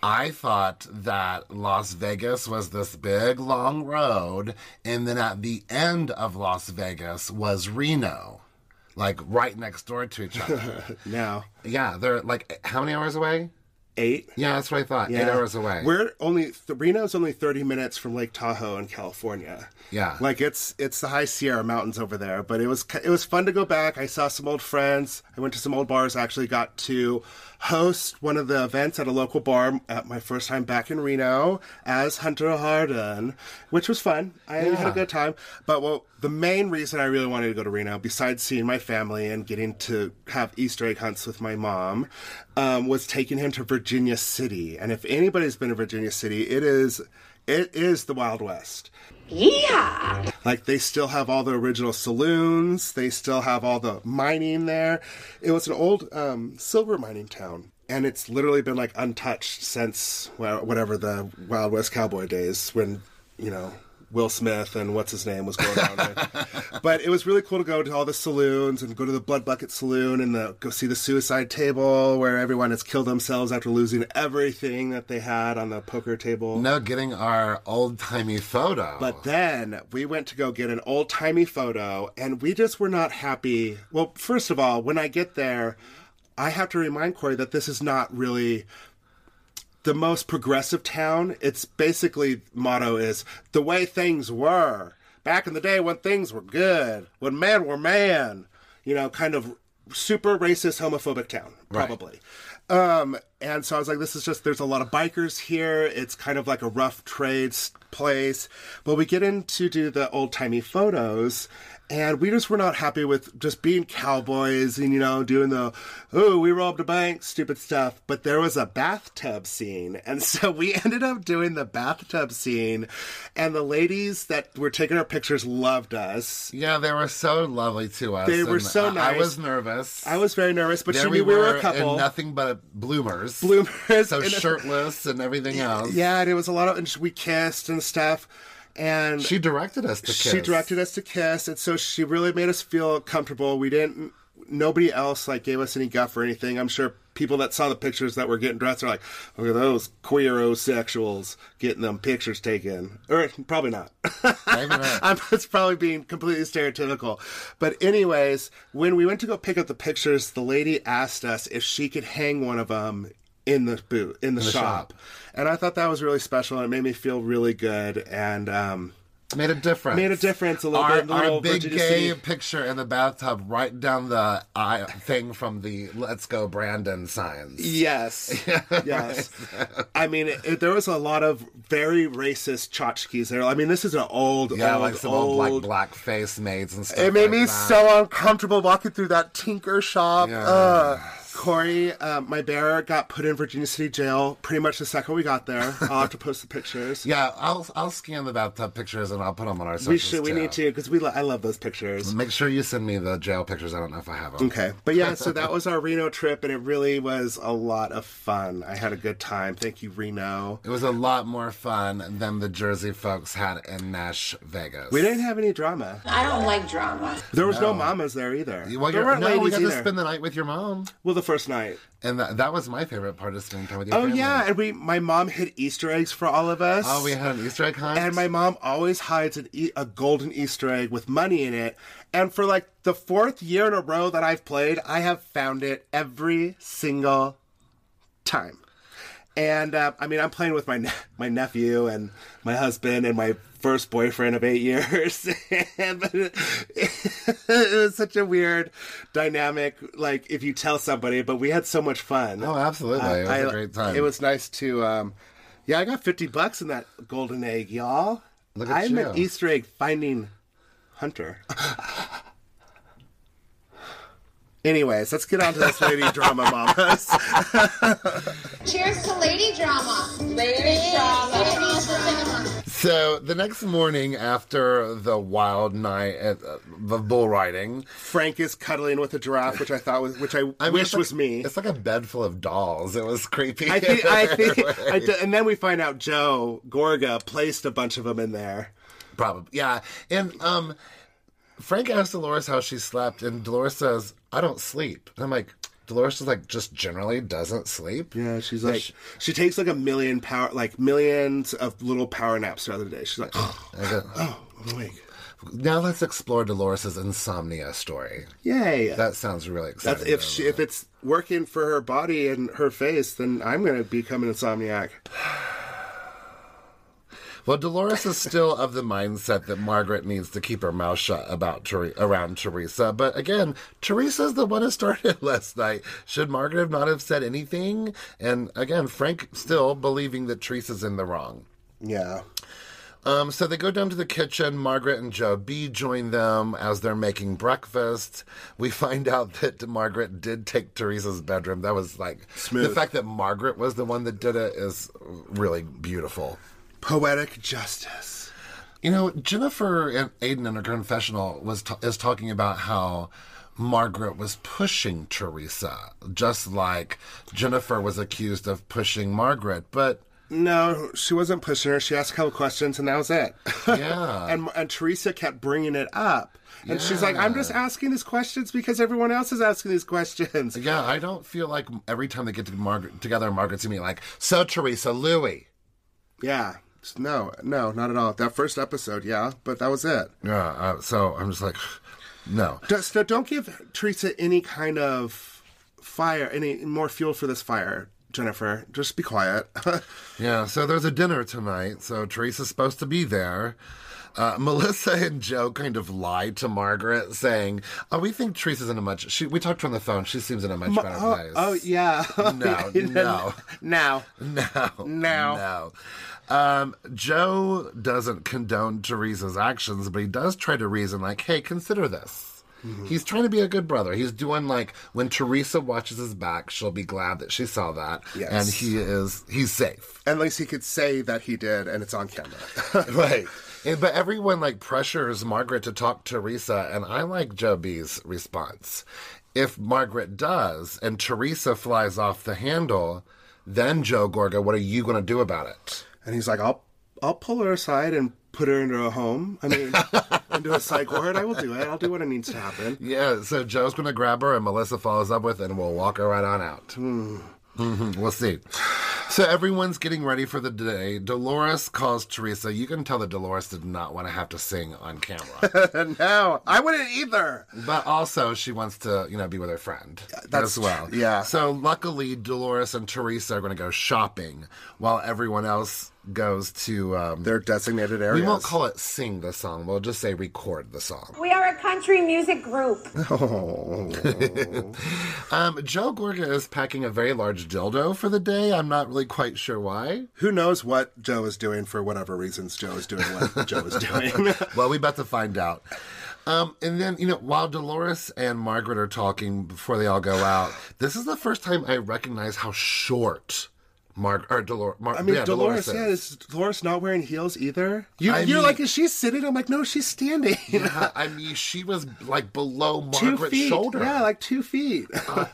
Speaker 2: I thought that Las Vegas was this big, long road. And then at the end of Las Vegas was Reno, like, right next door to each other.
Speaker 1: Now,
Speaker 2: yeah, they're like, how many hours away?
Speaker 1: eight.
Speaker 2: Yeah, that's what I thought. Eight
Speaker 1: Yeah.
Speaker 2: hours away.
Speaker 1: We're only th- Reno's only thirty minutes from Lake Tahoe in California.
Speaker 2: Yeah.
Speaker 1: like it's it's the High Sierra Mountains over there. But it was ki- it was fun to go back. I saw some old friends. I went to some old bars. I actually got to host one of the events at a local bar at my first time back in Reno as Hunter Harden, which was fun. I had a good time. But well, the main reason I really wanted to go to Reno, besides seeing my family and getting to have Easter egg hunts with my mom, um, was taking him to Virginia City. And if anybody's been to Virginia City, it is it is the Wild West. Like they still have all the original saloons, they still have all the mining there. It was an old um, silver mining town, and it's literally been like untouched since well, whatever the Wild West cowboy days when you know Will Smith and what's his name was going on. With. but it was really cool to go to all the saloons and go to the Blood Bucket Saloon and the, go see the suicide table where everyone has killed themselves after losing everything that they had on the poker table.
Speaker 2: No, getting our old timey photo.
Speaker 1: But then we went to go get an old timey photo, and we just were not happy. Well, first of all, when I get there, I have to remind Corey that this is not really the most progressive town. It's basically motto is the way things were back in the day when things were good, when men were man. You know, kind of super racist, homophobic town, probably. Um, and so I was like, this is just there's a lot of bikers here. It's kind of like a rough trades place. But we get in to do the old timey photos, and we just were not happy with just being cowboys and you know doing the oh we robbed a bank stupid stuff. But there was a bathtub scene, and so we ended up doing the bathtub scene, and the ladies that were taking our pictures loved us.
Speaker 2: Yeah, they were so lovely to us.
Speaker 1: They were
Speaker 2: and
Speaker 1: so
Speaker 2: I- I
Speaker 1: nice.
Speaker 2: was nervous.
Speaker 1: I was very nervous, but
Speaker 2: there
Speaker 1: she knew
Speaker 2: we, were,
Speaker 1: a couple.
Speaker 2: in nothing but bloomers.
Speaker 1: bloomers
Speaker 2: So
Speaker 1: and a-
Speaker 2: shirtless and everything else.
Speaker 1: Yeah, and it was a lot of, and we kissed and stuff. And
Speaker 2: She directed us to kiss.
Speaker 1: she directed us to kiss, and so she really made us feel comfortable. We didn't, nobody else like gave us any guff or anything. I'm sure people that saw the pictures that were getting dressed are like, look at those queerosexuals getting them pictures taken. Or probably not.
Speaker 2: Maybe not.
Speaker 1: I'm that's probably being completely stereotypical. But anyways, when we went to go pick up the pictures, the lady asked us if she could hang one of them in the boot in the, shop.
Speaker 2: shop.
Speaker 1: and I thought that was really special. and It made me feel really good, and um,
Speaker 2: Made a difference.
Speaker 1: Made a difference a little
Speaker 2: our,
Speaker 1: bit, the little
Speaker 2: Our big
Speaker 1: Virginia
Speaker 2: gay
Speaker 1: City-
Speaker 2: picture in the bathtub, right down the aisle thing from the "Let's Go Brandon" signs.
Speaker 1: Yes. yes. I mean, it, it- there was a lot of very racist tchotchkes there. I mean, this is an old,
Speaker 2: Yeah,
Speaker 1: old,
Speaker 2: like some
Speaker 1: old,
Speaker 2: old, like black face maids and stuff.
Speaker 1: It made
Speaker 2: like
Speaker 1: me
Speaker 2: that.
Speaker 1: so uncomfortable walking through that tinker shop.
Speaker 2: Yeah.
Speaker 1: Uh, Corey, uh, my bearer, got put in Virginia City jail pretty much the second we got there. I'll have to post the pictures.
Speaker 2: Yeah, I'll I'll scan the bathtub pictures and I'll put them on our.
Speaker 1: we
Speaker 2: socials,
Speaker 1: should. We
Speaker 2: too.
Speaker 1: need to because we. Lo- I love those pictures.
Speaker 2: Make sure you send me the jail pictures. I don't know if I have them.
Speaker 1: Okay, but yeah, so that was our Reno trip, and it really was a lot of fun. I had a good time. Thank you, Reno.
Speaker 2: It was a lot more fun than the Jersey folks had in Nash, Vegas.
Speaker 1: We didn't have any drama.
Speaker 6: I don't like drama.
Speaker 1: There was no, mamas there either.
Speaker 2: Well,
Speaker 1: there
Speaker 2: you're,
Speaker 1: weren't
Speaker 2: no, we
Speaker 1: ladies
Speaker 2: got
Speaker 1: either.
Speaker 2: to spend the night with your mom,
Speaker 1: well, the first night.
Speaker 2: and that, that was my favorite part of spending time with your
Speaker 1: Oh
Speaker 2: family.
Speaker 1: yeah, and we. My mom hid Easter eggs for all of us.
Speaker 2: Oh, we had an Easter egg hunt.
Speaker 1: And my mom always hides an e- a golden Easter egg with money in it. And for like the fourth year in a row that I've played, I have found it every single time. And uh, I mean, I'm playing with my ne- my nephew and my husband and my first boyfriend of eight years. and it, it was such a weird dynamic. Like if you tell somebody, but we had so much fun.
Speaker 2: Oh, absolutely. It was
Speaker 1: a
Speaker 2: a great time.
Speaker 1: It was nice to. Um, yeah, I got fifty bucks in that golden egg, y'all.
Speaker 2: Look at
Speaker 1: I'm an
Speaker 2: you.
Speaker 1: Easter egg finding hunter. Anyways, let's get on to this lady drama, mamas.
Speaker 5: Cheers to lady drama.
Speaker 6: Lady drama.
Speaker 2: So the next morning after the wild night at uh, the bull riding,
Speaker 1: Frank is cuddling with a giraffe, which I thought was, which I,
Speaker 2: I mean,
Speaker 1: wish
Speaker 2: it's like-
Speaker 1: was me.
Speaker 2: It's like a bed full of dolls. It was creepy.
Speaker 1: I think, I think, I d- and then we find out Joe Gorga placed a bunch of them in there.
Speaker 2: Probably, yeah. And um, Frank asked Dolores how she slept, and Dolores says, "I don't sleep." And I'm like, Dolores is like just generally doesn't sleep.
Speaker 1: Yeah, she's like, she, takes like a million power, like millions of little power naps throughout the day. She's like,
Speaker 2: I go,
Speaker 1: oh, I'm awake.
Speaker 2: Now let's explore Dolores's insomnia story.
Speaker 1: Yay.
Speaker 2: That sounds really exciting.
Speaker 1: That's if she, if it's working for her body and her face, then I'm gonna become an insomniac.
Speaker 2: Well, Dolores is still of the mindset that Margaret needs to keep her mouth shut about Ther- around Teresa. But again, Teresa's the one who started last night. Should Margaret have not have said anything? And again, Frank still believing that Teresa's in the wrong.
Speaker 1: Yeah.
Speaker 2: Um, so they go down to the kitchen. Margaret and Joe B join them as they're making breakfast. We find out that Margaret did take Teresa's bedroom. That was like
Speaker 1: Smooth.
Speaker 2: the fact that Margaret was the one that did it is really beautiful.
Speaker 1: Poetic justice.
Speaker 2: You know, Jennifer and Aiden in her confessional was t- is talking about how Margaret was pushing Teresa, just like Jennifer was accused of pushing Margaret. But
Speaker 1: No, she wasn't pushing her. She asked a couple questions, and that was it.
Speaker 2: Yeah.
Speaker 1: and and Teresa kept bringing it up, and she's like, "I'm just asking these questions because everyone else is asking these questions."
Speaker 2: yeah, I don't feel like every time they get to Margaret together, Margaret's gonna be like, "So Teresa, Louie."
Speaker 1: Yeah. No, no, not at all. That first episode, yeah, but that was it.
Speaker 2: Yeah. Uh, so I'm just like, no.
Speaker 1: Just, uh, don't give Teresa any kind of fire, any more fuel for this fire, Jennifer. Just be quiet.
Speaker 2: Yeah, so there's a dinner tonight, so Teresa's supposed to be there. Uh, Melissa and Joe kind of lied to Margaret, saying, "Oh, we think Teresa's in a much. She, we talked to her on the phone. She seems in a much better
Speaker 1: oh,
Speaker 2: place."
Speaker 1: oh, yeah.
Speaker 2: No, no.
Speaker 1: Now.
Speaker 2: No.
Speaker 1: No.
Speaker 2: No. Um, Joe doesn't condone Teresa's actions, but he does try to reason, like, hey, consider this. He's trying to be a good brother. He's doing like when Teresa watches his back, she'll be glad that she saw that.
Speaker 1: Yes.
Speaker 2: And he is he's safe.
Speaker 1: At least he could say that he did, and it's on camera.
Speaker 2: right. And, Eh, but everyone like pressures Margaret to talk to Teresa, and I like Joe B's response. If Margaret does and Teresa flies off the handle, then Joe Gorga, what are you gonna do about it?
Speaker 1: and he's like, "I'll, I'll pull her aside and put her into a home. I mean, into a psych ward. I will do it. I'll do what it needs to happen."
Speaker 2: Yeah, so Joe's going to grab her, and Melissa follows up with, and we'll walk her right on out.
Speaker 1: Hmm.
Speaker 2: Mhm, We'll see. So everyone's getting ready for the day. Dolores calls Teresa. You can tell that Dolores did not want to have to sing on camera,
Speaker 1: no, I wouldn't either.
Speaker 2: but also she wants to, you know, be with her friend
Speaker 1: that's
Speaker 2: as well.
Speaker 1: true, yeah.
Speaker 2: So luckily, Dolores and Teresa are going to go shopping while everyone else goes to. Um,
Speaker 1: They're designated areas.
Speaker 2: we won't call it sing the song. We'll just say record the song.
Speaker 8: We are a country music group.
Speaker 1: Oh.
Speaker 2: Um, Joe Gorga is packing a very large dildo for the day. I'm not really quite sure why.
Speaker 1: Who knows what Joe is doing for whatever reasons Joe is doing what Joe is doing.
Speaker 2: Well, we about to find out. Um, and then, you know, while Dolores and Margaret are talking before they all go out, this is the first time I recognize how short Margaret or Dolor- Mar-
Speaker 1: I mean,
Speaker 2: yeah,
Speaker 1: Dolores,
Speaker 2: Dolores,
Speaker 1: yeah,
Speaker 2: is.
Speaker 1: is Dolores not wearing heels either? You,
Speaker 2: I
Speaker 1: you're
Speaker 2: mean-
Speaker 1: like, is she sitting? I'm like, no, she's standing.
Speaker 2: Yeah, I mean, she was like below
Speaker 1: two
Speaker 2: Margaret's
Speaker 1: feet.
Speaker 2: shoulder. Uh,
Speaker 1: Yeah, like two feet.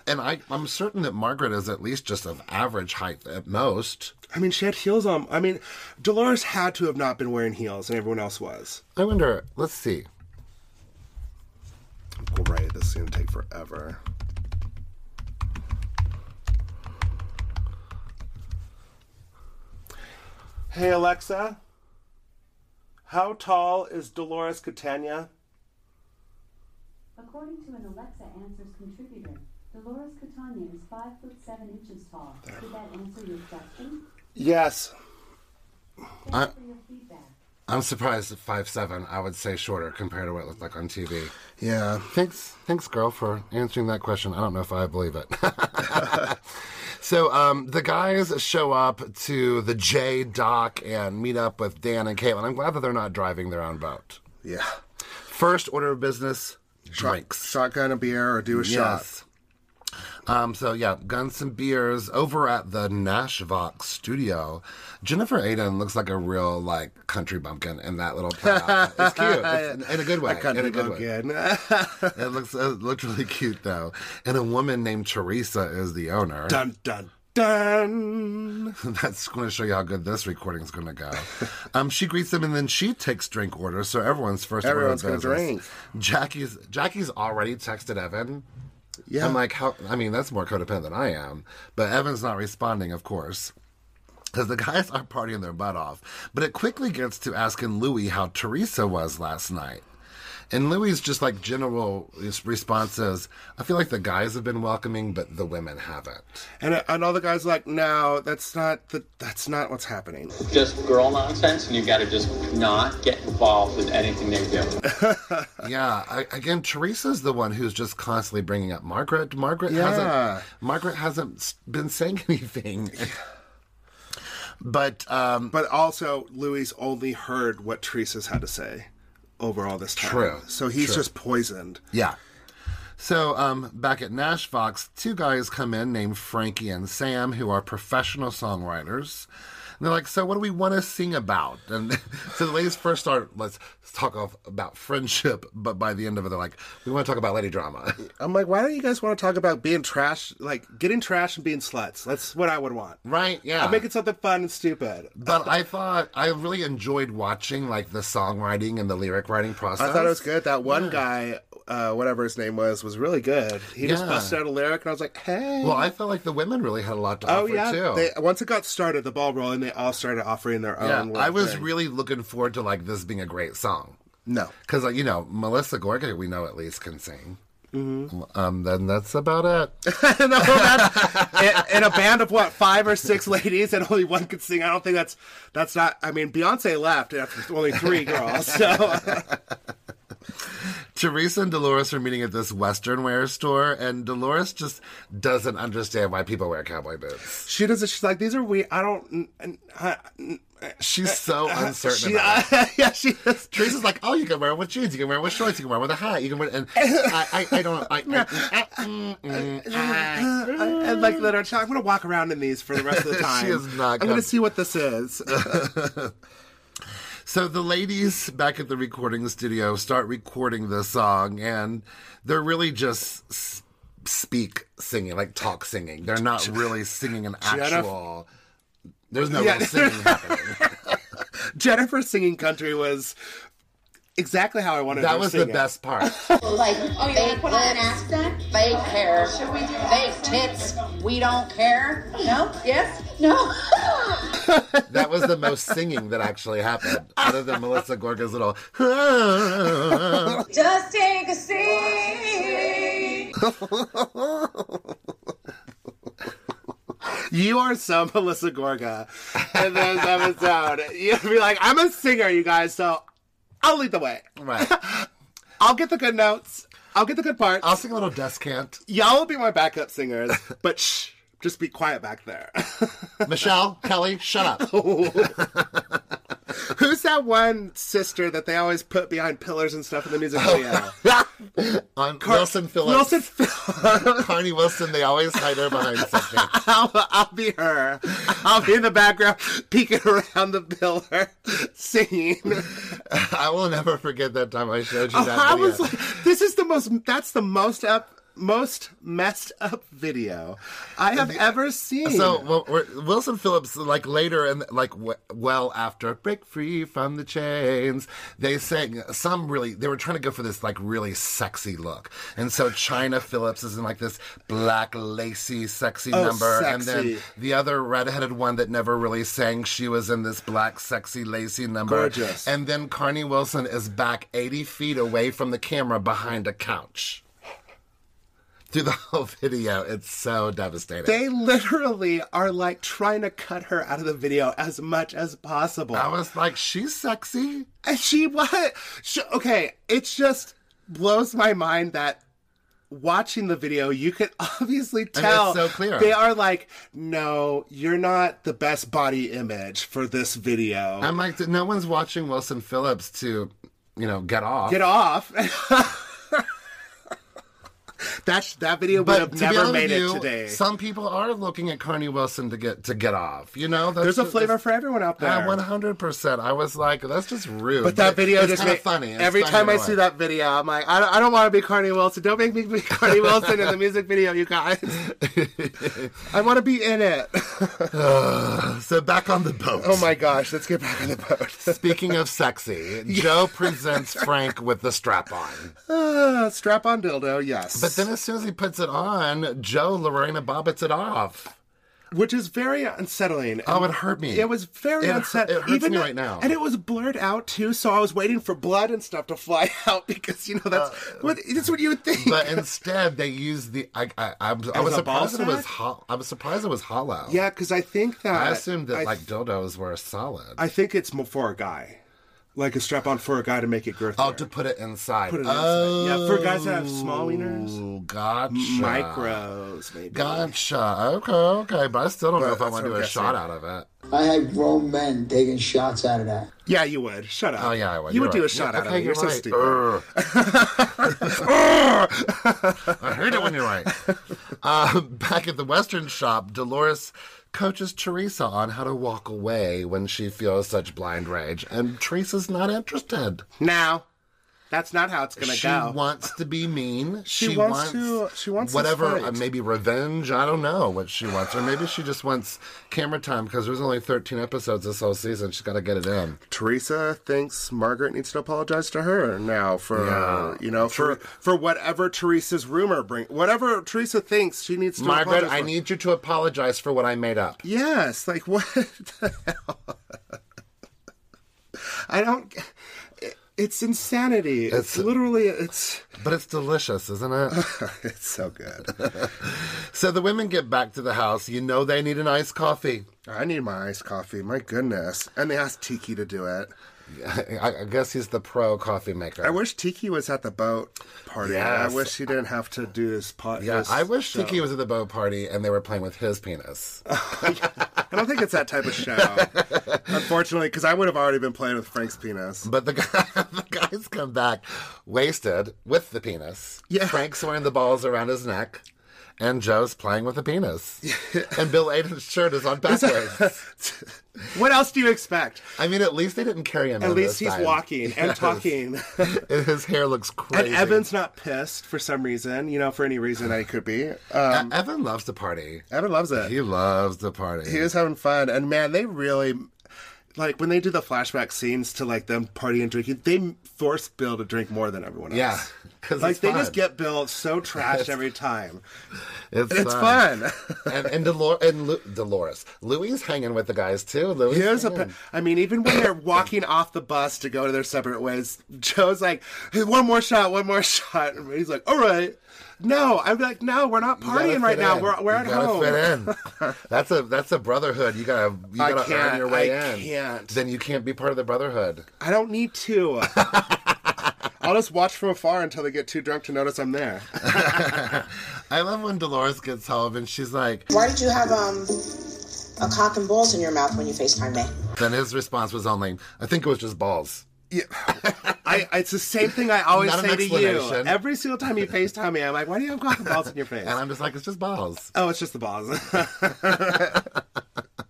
Speaker 2: and I, I'm certain that Margaret is at least just of average height at most.
Speaker 1: I mean, she had heels on. I mean, Dolores had to have not been wearing heels, and everyone else was.
Speaker 2: I wonder, let's see.
Speaker 1: Right, this is gonna take forever. Hey Alexa, how tall is Dolores Catania?
Speaker 10: According to an Alexa Answers contributor, Dolores Catania is 5 foot 7 inches tall. Did that answer your question?
Speaker 1: Yes.
Speaker 2: I,
Speaker 10: For your feedback.
Speaker 2: I'm surprised at five seven. I would say shorter compared to what it looked like on TV.
Speaker 1: Yeah.
Speaker 2: Thanks, thanks, girl, for answering that question. I don't know if I believe it. so um, the guys show up to the J dock and meet up with Dan and Caitlin. I'm glad that they're not driving their own boat.
Speaker 1: Yeah.
Speaker 2: First order of business: drinks.
Speaker 1: Shotgun a beer or do a shot.
Speaker 2: Yes. Um, so yeah, guns and beers over at the Nashvox studio. Jennifer Aiden looks like a real like country bumpkin in that little plaid outfit. It's cute It's- in a good way. in a good way. It looks it looks really cute though. And a woman named Teresa is the owner.
Speaker 1: dun dun dun.
Speaker 2: That's going to show you how good this recording's going to go. um, she greets them and then she takes drink orders. So everyone's first.
Speaker 1: Everyone's
Speaker 2: order of
Speaker 1: gonna
Speaker 2: business. Jackie's Jackie's already texted Evan.
Speaker 1: Yeah.
Speaker 2: I'm like, how? I mean, that's more codependent than I am. But Evan's not responding, of course. Because the guys are partying their butt off. But it quickly gets to asking Louis how Teresa was last night. And Louis' just like general response is, I feel like the guys have been welcoming, but the women haven't.
Speaker 1: And, uh, and all the guys are like, no, that's not the, that's not what's happening.
Speaker 11: just girl nonsense, and you got to just not get involved with anything they do.
Speaker 2: Yeah, I, again, Teresa's the one who's just constantly bringing up Margaret. Margaret
Speaker 1: Yeah.
Speaker 2: hasn't. Margaret hasn't s- been saying anything. but um,
Speaker 1: But also, Louis only heard what Teresa's had to say over all this time.
Speaker 2: True.
Speaker 1: So he's
Speaker 2: True.
Speaker 1: just poisoned.
Speaker 2: yeah. So um, back at Nash Fox, two guys come in named Frankie and Sam, who are professional songwriters. And they're like, so what do we want to sing about? And so the ladies first start, let's talk off about friendship. But by the end of it, they're like, we want to talk about lady drama.
Speaker 1: I'm like, why don't you guys want to talk about being trash, like getting trash and being sluts? That's what I would want.
Speaker 2: right? Yeah.
Speaker 1: I'm making something fun and stupid.
Speaker 2: but I thought I really enjoyed watching like the songwriting and the lyric writing process.
Speaker 1: I thought it was good. That one guy, uh, whatever his name was, was really good. He just
Speaker 2: Yeah.
Speaker 1: busted out a lyric, and I was like, hey.
Speaker 2: Well, I felt like the women really had a lot to
Speaker 1: Oh
Speaker 2: offer
Speaker 1: yeah!
Speaker 2: too.
Speaker 1: They, um, once it got started, the ball rolling, they all started offering their own.
Speaker 2: yeah,
Speaker 1: little
Speaker 2: I was
Speaker 1: thing.
Speaker 2: really looking forward to like this being a great song
Speaker 1: no,
Speaker 2: because like you know Melissa Gorga we know at least can sing.
Speaker 1: Mm-hmm.
Speaker 2: Um, then that's about it.
Speaker 1: no, that's, in, in a band of what five or six ladies and only one could sing. I don't think that's that's not. I mean, Beyonce left after only three girls. So
Speaker 2: Teresa and Dolores are meeting at this Western wear store, and Dolores just doesn't understand why people wear cowboy boots.
Speaker 1: she does it. She's like, these are we. I don't. n- n- I-
Speaker 2: She's so uncertain.
Speaker 1: Uh, She,
Speaker 2: about it.
Speaker 1: yeah, she is.
Speaker 2: Teresa's like, oh, you can wear it with jeans, you can wear it with shorts, you can wear it with a hat, you can wear it. And I, I, I don't. I, I, mm, mm, mm, ah.
Speaker 1: I- and like let her child. I'm gonna walk around in these for the rest of the
Speaker 2: She
Speaker 1: time.
Speaker 2: is not
Speaker 1: I'm gonna
Speaker 2: gonna-
Speaker 1: see what this is.
Speaker 2: So the ladies back at the recording studio start recording the song, and they're really just s- speak singing, like talk singing. They're not really singing an actual. There's no
Speaker 1: Yeah.
Speaker 2: real singing happening.
Speaker 1: Jennifer singing country was exactly how I wanted. her
Speaker 2: That
Speaker 1: to
Speaker 2: was the
Speaker 1: sing it.
Speaker 2: best part.
Speaker 5: Like, oh, you want to put on an accent? Fake hair. Should we do fake tits? We don't care. No? Yes? No.
Speaker 2: That was the most singing that actually happened, other than Melissa Gorga's little.
Speaker 5: Just take a seat.
Speaker 1: You are so Melissa Gorga in this episode. You'd be like, I'm a singer, you guys, so I'll lead the way.
Speaker 2: Right.
Speaker 1: I'll get the good notes. I'll get the good parts.
Speaker 2: I'll sing a little descant.
Speaker 1: Y'all will be my backup singers, but shh, just be quiet back there.
Speaker 2: Michelle, Kelly, shut up.
Speaker 1: Who's that one sister that they always put behind pillars and stuff in the music video?
Speaker 2: On Wilson Phillips.
Speaker 1: Wilson Phillips.
Speaker 2: Carney Wilson, they always hide her behind something.
Speaker 1: I'll, I'll be her. I'll be in the background, peeking around the pillar, singing.
Speaker 2: I will never forget that time I showed you that
Speaker 1: Oh, Uh-huh, I
Speaker 2: video.
Speaker 1: was like, this is the most. That's the most up, most messed up video I have ever seen.
Speaker 2: so well, we're- Wilson Phillips, like later and like w- well after "Break Free from the Chains," they sang some really. They were trying to go for this like really sexy look, and so China Phillips is in like this black lacy sexy
Speaker 1: Oh,
Speaker 2: number, and
Speaker 1: sexy.
Speaker 2: then the other redheaded one that never really sang, she was in this black sexy lacy number.
Speaker 1: Gorgeous.
Speaker 2: And then Carney Wilson is back eighty feet away from the camera behind a couch. Through the whole video, it's so devastating.
Speaker 1: they literally are like trying to cut her out of the video as much as possible.
Speaker 2: I was like, she's sexy.
Speaker 1: And she what? She, okay, it just blows my mind that watching the video, you can obviously tell
Speaker 2: so clear.
Speaker 1: they are like, no, you're not the best body image for this video.
Speaker 2: I'm like, no one's watching Wilson Phillips to, you know, get off.
Speaker 1: get off. that that video would have
Speaker 2: to be
Speaker 1: never
Speaker 2: honest
Speaker 1: made
Speaker 2: with
Speaker 1: it
Speaker 2: you,
Speaker 1: today.
Speaker 2: Some people are looking at Carney Wilson to get to get off. You know, That's
Speaker 1: There's a
Speaker 2: just-
Speaker 1: flavor for everyone out there.
Speaker 2: Yeah, 100%. I was like, that's just rude.
Speaker 1: but that video
Speaker 2: it's
Speaker 1: just
Speaker 2: kinda
Speaker 1: made,
Speaker 2: funny. It's
Speaker 1: every
Speaker 2: funny
Speaker 1: time
Speaker 2: in
Speaker 1: I
Speaker 2: a
Speaker 1: see
Speaker 2: way.
Speaker 1: that video, I'm like, I don't, I don't want to be Carney Wilson. Don't make me be Carney Wilson in the music video, you guys. I want to be in it.
Speaker 2: So back on the boat.
Speaker 1: Oh my gosh, let's get back on the boat.
Speaker 2: Speaking of sexy, Joe presents Frank with the strap on.
Speaker 1: Uh, strap on dildo, yes.
Speaker 2: But then as soon as he puts it on, Joe Lorena bobbits it off.
Speaker 1: which is very unsettling.
Speaker 2: Oh, it hurt me.
Speaker 1: It was very
Speaker 2: It hu-
Speaker 1: unsettling.
Speaker 2: it hurts me right now.
Speaker 1: And it was blurred out too, so I was waiting for blood and stuff to fly out because you know that's what that's what you would think.
Speaker 2: Uh, but instead they used the I, I, I, was- I
Speaker 1: As
Speaker 2: was
Speaker 1: a ball
Speaker 2: surprised it was
Speaker 1: sack?
Speaker 2: ho- I was surprised it was hollow.
Speaker 1: yeah, because I think that
Speaker 2: I assumed that
Speaker 1: I,
Speaker 2: like dildos were solid.
Speaker 1: I think it's more for a guy, like a strap on for a guy to make it girthy.
Speaker 2: oh, to put it inside.
Speaker 1: Put it inside.
Speaker 2: oh,
Speaker 1: Yeah, for guys that have small wieners.
Speaker 2: Gotcha.
Speaker 1: micros maybe.
Speaker 2: Gotcha. Okay, okay, but I still don't know if I
Speaker 1: that's
Speaker 2: want to
Speaker 1: what I'm
Speaker 2: do a
Speaker 1: guessing.
Speaker 2: shot out of it.
Speaker 11: I had grown men taking shots out of that.
Speaker 1: Yeah, you would. Shut up.
Speaker 2: Oh yeah, I would.
Speaker 1: You
Speaker 2: You're
Speaker 1: would do
Speaker 2: right.
Speaker 1: a shot
Speaker 2: Yeah,
Speaker 1: out
Speaker 2: okay,
Speaker 1: of it. You're, so
Speaker 2: right.
Speaker 1: stupid.
Speaker 2: Urgh. I heard it when you're right. Uh, back at the Western shop, Dolores coaches Teresa on how to walk away when she feels such blind rage, and Teresa's not interested.
Speaker 1: Now, that's not how it's gonna
Speaker 2: she
Speaker 1: go.
Speaker 2: wants to be mean.
Speaker 1: She wants to- she wants to
Speaker 2: whatever.
Speaker 1: fight.
Speaker 2: uh, maybe revenge. I don't know what she wants, or maybe she just wants camera time because there's only 13 episodes this whole season. She's got to get it in.
Speaker 1: Teresa thinks Margaret needs to apologize to her now for you know for for whatever Teresa's rumor bring whatever Teresa thinks she needs to
Speaker 2: Margaret,
Speaker 1: apologize
Speaker 2: I
Speaker 1: for.
Speaker 2: need you to apologize for what I made up.
Speaker 1: yes like what the hell? I don't It's insanity. It's, literally it's
Speaker 2: But it's delicious, isn't it?
Speaker 1: it's so good.
Speaker 2: so the women get back to the house. You know they need an iced coffee.
Speaker 1: I need my iced coffee. My goodness. And they asked Tiki to do it.
Speaker 2: I, I guess he's the pro coffee maker.
Speaker 1: I wish Tiki was at the boat party.
Speaker 2: Yes.
Speaker 1: I wish he didn't have to do this pot.
Speaker 2: yeah,
Speaker 1: this
Speaker 2: I wish
Speaker 1: show.
Speaker 2: Tiki was at the boat party and they were playing with his penis.
Speaker 1: I don't think it's that type of show, unfortunately, because I would have already been playing with Frank's penis.
Speaker 2: But the, guy, the guys come back wasted with the penis.
Speaker 1: Yeah.
Speaker 2: Frank's wearing the balls around his neck, and Joe's playing with the penis. and Bill Aiden's shirt is on backwards.
Speaker 1: What else do you expect?
Speaker 2: I mean, at least they didn't carry him.
Speaker 1: At
Speaker 2: in
Speaker 1: least
Speaker 2: this
Speaker 1: he's
Speaker 2: time.
Speaker 1: walking and
Speaker 2: Yes.
Speaker 1: talking.
Speaker 2: And his hair looks
Speaker 1: And
Speaker 2: crazy.
Speaker 1: Evan's not pissed for some reason, you know, for any reason I could be. Uh,
Speaker 2: E- Evan loves to party.
Speaker 1: Evan loves it.
Speaker 2: He loves the party.
Speaker 1: he was having fun and man they really like when they do the flashback scenes to like them partying and drinking they force bill to drink more than everyone else
Speaker 2: yeah, because
Speaker 1: like
Speaker 2: it's
Speaker 1: they
Speaker 2: fun.
Speaker 1: just get bill so trashed every time
Speaker 2: it's,
Speaker 1: and it's
Speaker 2: fun.
Speaker 1: fun
Speaker 2: and and, Delor- and Lu- Dolores, Louis hanging with the guys too. Louis,
Speaker 1: Here's a,
Speaker 2: hanging.
Speaker 1: pa- I mean, even when they're walking off the bus to go to their separate ways, Joe's like, hey, one more shot, one more shot. And he's like, all right. No, I'm like, no, we're not
Speaker 2: You gotta
Speaker 1: partying right
Speaker 2: fit
Speaker 1: now.
Speaker 2: in.
Speaker 1: We're, we're
Speaker 2: You
Speaker 1: at
Speaker 2: gotta
Speaker 1: home.
Speaker 2: Fit in. that's a that's a brotherhood. You gotta you
Speaker 1: I
Speaker 2: gotta earn
Speaker 1: can't.
Speaker 2: your way
Speaker 1: I
Speaker 2: in.
Speaker 1: can't.
Speaker 2: Then you can't be part of the brotherhood.
Speaker 1: I don't need to. I'll just watch from afar until they get too drunk to notice I'm there.
Speaker 2: I love when Dolores gets home and she's like.
Speaker 5: Why did you have um a cock and balls in your mouth when you FaceTime me?
Speaker 2: Then his response was only, "I think it was just balls."
Speaker 1: Yeah. I, it's the same thing I always
Speaker 2: Not an
Speaker 1: say to you.
Speaker 2: explanation.
Speaker 1: Every single time you FaceTime me, I'm like, why do you have cotton balls in your face?
Speaker 2: And I'm just like, "It's just balls."
Speaker 1: oh, it's just the balls.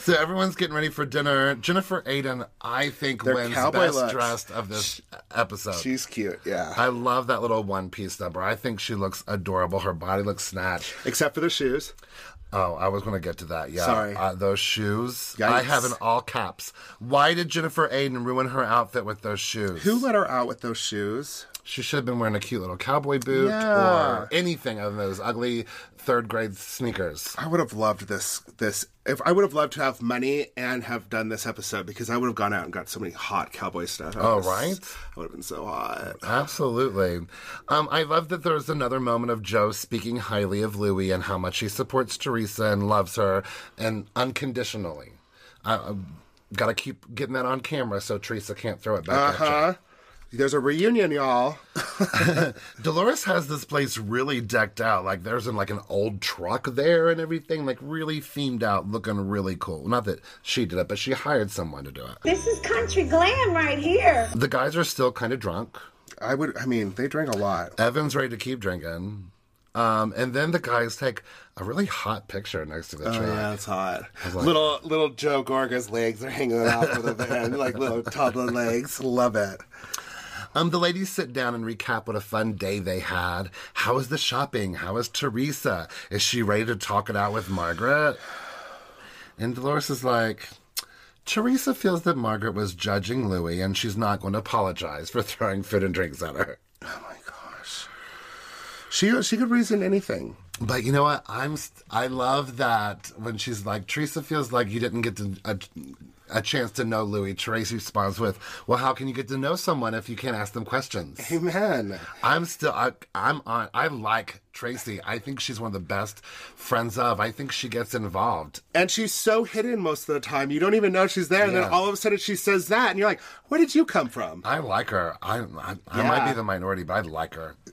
Speaker 2: So everyone's getting ready for dinner. Jennifer Aiden, I think,
Speaker 1: Their
Speaker 2: wins
Speaker 1: cowboy
Speaker 2: best
Speaker 1: looks.
Speaker 2: dressed of this episode.
Speaker 1: She's cute, yeah.
Speaker 2: I love that little one piece number. I think she looks adorable. Her body looks snatched.
Speaker 1: Except for the shoes.
Speaker 2: Oh, I was going to get to that. Yeah.
Speaker 1: Sorry.
Speaker 2: Uh, those shoes.
Speaker 1: Yikes.
Speaker 2: I have in all caps. Why did Jennifer Aiden ruin her outfit with those shoes?
Speaker 1: Who let her out with those shoes?
Speaker 2: She should have been wearing a cute little cowboy boot
Speaker 1: Yeah.
Speaker 2: or anything other than those ugly third grade sneakers.
Speaker 1: I would have loved this. This if I would have loved to have money and have done this episode because I would have gone out and got so many hot cowboy stuff. I
Speaker 2: Oh,
Speaker 1: was-
Speaker 2: right.
Speaker 1: I would have been so hot.
Speaker 2: Absolutely. Um, I love that there's another moment of Joe speaking highly of Louie and how much he supports Teresa and loves her and unconditionally. I, I got to keep getting that on camera so Teresa can't throw it back at you.
Speaker 1: Huh? There's a reunion, y'all.
Speaker 2: Dolores has this place really decked out. Like there's an, like an old truck there and everything, like really themed out, looking really cool. Not that she did it, but she hired someone to do it.
Speaker 8: This is country glam right here.
Speaker 2: The guys are still kind of drunk.
Speaker 1: I would. I mean, they drink a lot.
Speaker 2: Evan's ready to keep drinking. Um, and then the guys take a really hot picture next to the truck.
Speaker 1: Yeah, it's hot. little little Joe Gorga's legs are hanging out with a van, like little toddler legs. Love it.
Speaker 2: Um, the ladies sit down and recap what a fun day they had. How is the shopping? How is Teresa? Is she ready to talk it out with Margaret? And Dolores is like, Teresa feels that Margaret was judging Louie and she's not going to apologize for throwing food and drinks at her.
Speaker 1: She she could reason anything.
Speaker 2: But you know what? I'm st- I love that when she's like Teresa feels like you didn't get to a, a chance to know Louis. Teresa responds with, "Well, how can you get to know someone if you can't ask them questions?"
Speaker 1: Amen.
Speaker 2: I'm still I, I'm on I like Tracy. I think she's one of the best friends of. I think she gets involved.
Speaker 1: And she's so hidden most of the time, you don't even know she's there. And
Speaker 2: Yeah.
Speaker 1: then all of a sudden, she says that, and you're like, "Where did you come from?"
Speaker 2: I like her. I I, I
Speaker 1: Yeah.
Speaker 2: might be the minority, but I like her.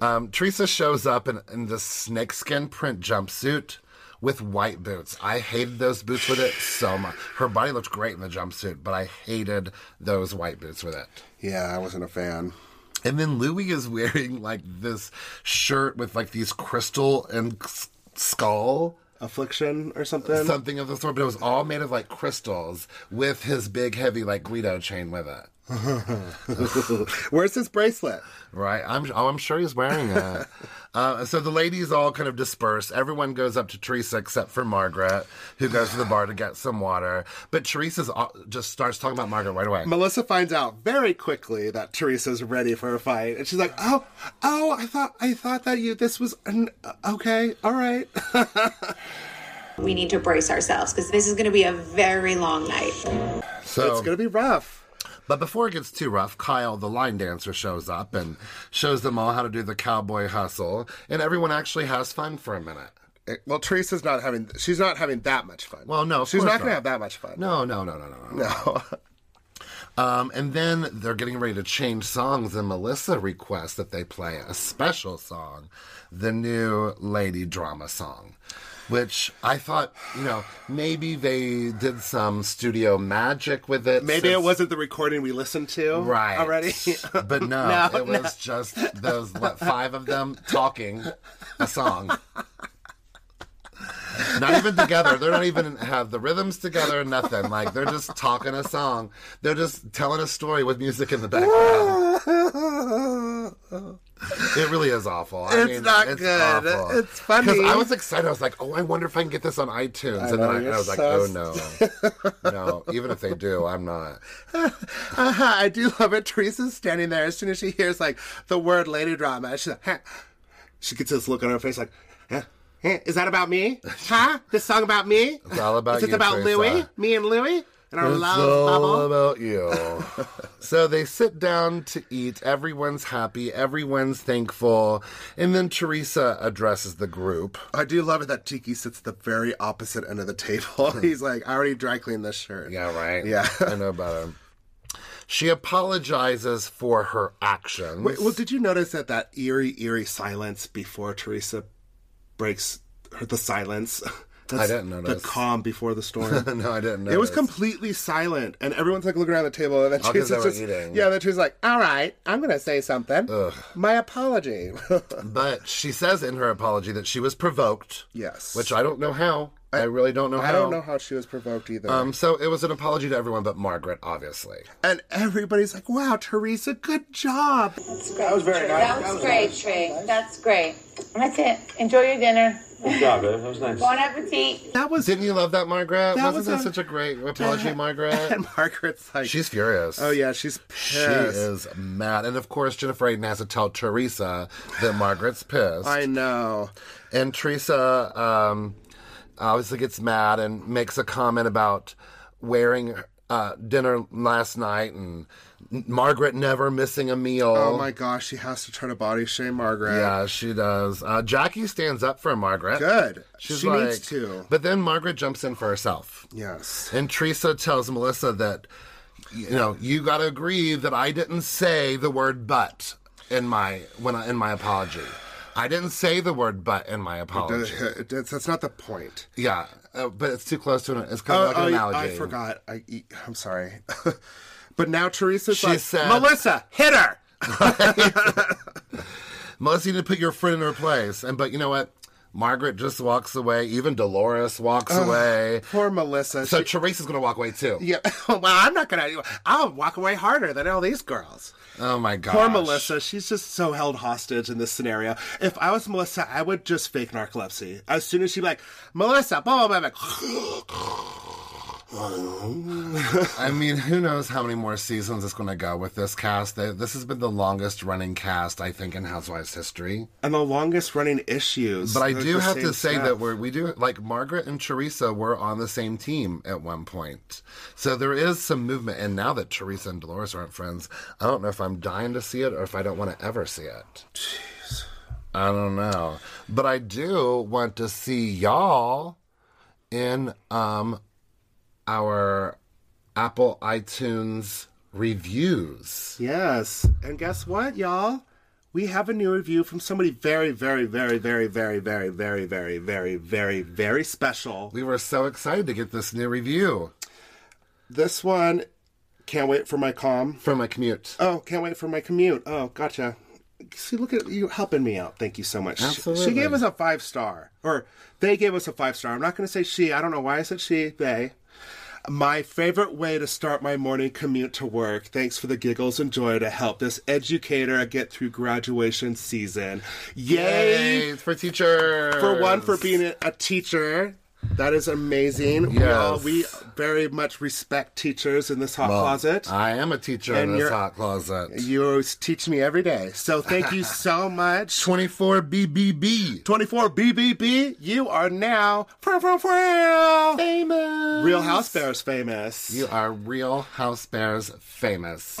Speaker 2: Um, Teresa shows up in, in this snakeskin print jumpsuit with white boots. I hated those boots with it so much. Her body looked great in the jumpsuit, but I hated those white boots with it.
Speaker 1: Yeah, I wasn't a fan.
Speaker 2: And then Louis is wearing like this shirt with like these crystal and s- skull.
Speaker 1: Affliction or something.
Speaker 2: something of the sort, but it was all made of like crystals with his big, heavy, like Guido chain with it.
Speaker 1: Where's his bracelet?
Speaker 2: Right? I'm, oh, I'm sure he's wearing it. uh, so the ladies all kind of disperse. Everyone goes up to Teresa except for Margaret, who goes to the bar to get some water. But Teresa's all, just starts talking about Margaret right away.
Speaker 1: Melissa finds out very quickly that Teresa's ready for a fight, and she's like, "Oh, oh, I thought, I thought that you. This was an, okay, all right."
Speaker 12: We need to brace ourselves because this is going to be a very long night.
Speaker 2: So
Speaker 1: it's gonna be rough.
Speaker 2: But before it gets too rough, Kyle, the line dancer, shows up and shows them all how to do the cowboy hustle, and everyone actually has fun for a minute.
Speaker 1: Well, Teresa's not having. She's not having that much fun.
Speaker 2: Well, no, of
Speaker 1: she's
Speaker 2: course
Speaker 1: not going
Speaker 2: not.
Speaker 1: to have that much fun.
Speaker 2: No, no, no, no, no, no.
Speaker 1: No.
Speaker 2: Um, and then they're getting ready to change songs, and Melissa requests that they play a special song, the new lady drama song, which I thought, you know, maybe they did some studio magic with it.
Speaker 1: Maybe it
Speaker 2: since-
Speaker 1: wasn't the recording we listened to
Speaker 2: right
Speaker 1: already.
Speaker 2: but no,
Speaker 1: No,
Speaker 2: it was just those what five of them talking a song. Not even together. They're not even have the rhythms together. Nothing. Like they're just talking a song. They're just telling a story with music in the background.
Speaker 1: Uh-huh,
Speaker 2: It really is awful. I
Speaker 1: It's
Speaker 2: mean,
Speaker 1: not
Speaker 2: it's
Speaker 1: good.
Speaker 2: Awful.
Speaker 1: It's funny.
Speaker 2: Because I was excited. I was like, oh, I wonder if I can get this on iTunes.
Speaker 1: I
Speaker 2: and
Speaker 1: know,
Speaker 2: then I,
Speaker 1: you're
Speaker 2: I was like,
Speaker 1: so
Speaker 2: oh no, no. Even if they do, I'm not.
Speaker 1: Uh-huh, I do love it. Teresa's standing there as soon as she hears like the word lady drama. She's like, huh. she gets this look on her face like, huh? Huh? is that about me? Huh? This song about me?
Speaker 2: It's all about
Speaker 1: Is it
Speaker 2: you,
Speaker 1: about
Speaker 2: Teresa.
Speaker 1: Louie? Me and Louie? And our
Speaker 2: It's
Speaker 1: love
Speaker 2: all
Speaker 1: bubble?
Speaker 2: about you. so they sit down to eat. Everyone's happy. Everyone's thankful. And then Teresa addresses the group.
Speaker 1: I do love it that Tiki sits the very opposite end of the table. He's like, I already dry cleaned this shirt.
Speaker 2: Yeah, right.
Speaker 1: Yeah.
Speaker 2: I know about him. She apologizes for her actions.
Speaker 1: Wait, well, did you notice that that eerie, eerie silence before Teresa breaks her, the silence?
Speaker 2: didn't notice.
Speaker 1: The calm before the storm.
Speaker 2: no, I didn't know.
Speaker 1: It was completely silent, and everyone's like looking around the table, and then
Speaker 2: Oh, 'cause they
Speaker 1: Teresa's
Speaker 2: were
Speaker 1: just
Speaker 2: eating.
Speaker 1: yeah. Then she's like, "All right, I'm gonna say something. My apology."
Speaker 2: But she says in her apology that she was provoked.
Speaker 1: yes,
Speaker 2: Which I don't know how. I, really don't know
Speaker 1: I
Speaker 2: how.
Speaker 1: don't know how she was provoked either.
Speaker 2: Um, so it was an apology to everyone but Margaret, obviously.
Speaker 1: and everybody's like, "Wow, Teresa, good job."
Speaker 5: That was very
Speaker 12: That was, great, Trey. That's great. That's it. Enjoy your dinner.
Speaker 11: Good job, babe. That was nice.
Speaker 12: Bon appetit.
Speaker 1: That was
Speaker 2: Didn't you love that, Margaret?
Speaker 1: That
Speaker 2: Wasn't
Speaker 1: was
Speaker 2: that
Speaker 1: a-
Speaker 2: such a great apology, Margaret?
Speaker 1: And Margaret's like,
Speaker 2: She's furious.
Speaker 1: "Oh yeah, she's pissed."
Speaker 2: She is mad. And of course, Jennifer Aiden has to tell Teresa that Margaret's pissed.
Speaker 1: I know.
Speaker 2: And Teresa um, obviously gets mad and makes a comment about wearing uh, dinner last night and Margaret never missing a meal.
Speaker 1: Oh my gosh, she has to try to body shame Margaret.
Speaker 2: Yeah, she does. Uh, Jackie stands up for Margaret.
Speaker 1: Good.
Speaker 2: She's
Speaker 1: she
Speaker 2: like,
Speaker 1: needs to.
Speaker 2: But then Margaret jumps in for herself.
Speaker 1: yes.
Speaker 2: And Teresa tells Melissa that, you know, you got to agree that I didn't say the word "but" in my when I, in my apology. I didn't say the word "but" in
Speaker 1: Oh,
Speaker 2: my apology.
Speaker 1: That's that's not the point.
Speaker 2: Yeah, uh, but it's too close to an. It's kind of like an
Speaker 1: Oh, yeah,
Speaker 2: analogy.
Speaker 1: I forgot. I, e, I'm sorry. but now Teresa's
Speaker 2: She
Speaker 1: like,
Speaker 2: said-
Speaker 1: Melissa, hit her.
Speaker 2: Melissa, you need to put your friend in her place. And but you know what? Margaret just walks away. Even Dolores walks away.
Speaker 1: Poor Melissa.
Speaker 2: So
Speaker 1: She-
Speaker 2: Teresa's gonna walk away too.
Speaker 1: yeah. well, I'm not gonna. I'll walk away harder than all these girls.
Speaker 2: Oh my god.
Speaker 1: Poor Melissa. She's just so held hostage in this scenario. If I was Melissa, I would just fake narcolepsy as soon as she'd be like, Melissa, blah blah blah. blah.
Speaker 2: I mean, who knows how many more seasons it's going to go with this cast? They- This has been the longest running cast, I think, in Housewives history.
Speaker 1: and the longest running issues.
Speaker 2: But I
Speaker 1: Like
Speaker 2: do
Speaker 1: the
Speaker 2: have to
Speaker 1: same
Speaker 2: say
Speaker 1: stuff.
Speaker 2: that we're, we do, like, Margaret and Teresa were on the same team at one point. So there is some movement. And now that Teresa and Dolores aren't friends, I don't know if I'm dying to see it or if I don't want to ever see it. Jeez. I don't know. But I do want to see y'all in um, our Apple iTunes reviews.
Speaker 1: Yes. And guess what, y'all? We have a new review from somebody very, very, very, very, very, very, very, very, very, very, very special.
Speaker 2: We were so excited to get this new review
Speaker 1: This one, can't wait for my calm.
Speaker 2: from a commute.
Speaker 1: Oh, can't wait for my commute. Oh, gotcha. See, look at you helping me out. Thank you so much. She-
Speaker 2: Absolutely.
Speaker 1: She gave us a five star, or they gave us a five star. I'm not going to say she. I don't know why I said she, they. My favorite way to start my morning commute to work. Thanks for the giggles and joy to help this educator get through graduation season. Yay!
Speaker 2: Yay, for teacher.
Speaker 1: For one, for being a teacher. That is amazing. We, all, we very much respect teachers in this hot
Speaker 2: Well,
Speaker 1: closet.
Speaker 2: I am a teacher
Speaker 1: And
Speaker 2: in this
Speaker 1: you're-
Speaker 2: hot closet.
Speaker 1: You teach me every day. So thank you so much.
Speaker 2: 24BBB.
Speaker 1: 24BBB, you are now famous. Real House Bears famous.
Speaker 2: You are Real House Bears famous.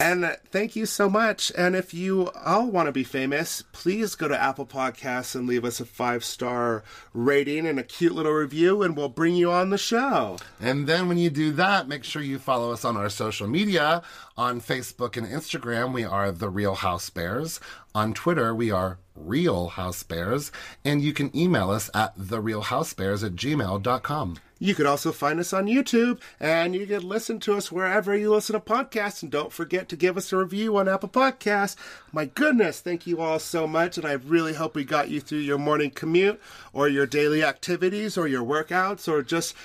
Speaker 1: And thank you so much. And if you all want to be famous, please go to Apple Podcasts and leave us a five star rating and a cute little review, and we'll bring you on the show.
Speaker 2: And then when you do that, make sure you follow us on our social media. On Facebook and Instagram, we are The Real House Bears. On Twitter, we are Real House Bears. And you can email us at TheRealHouseBears at gmail.com.
Speaker 1: You could also find us on YouTube, and you can listen to us wherever you listen to podcasts. And don't forget to give us a review on Apple Podcasts. My goodness, thank you all so much, and I really hope we got you through your morning commute, or your daily activities, or your workouts, or just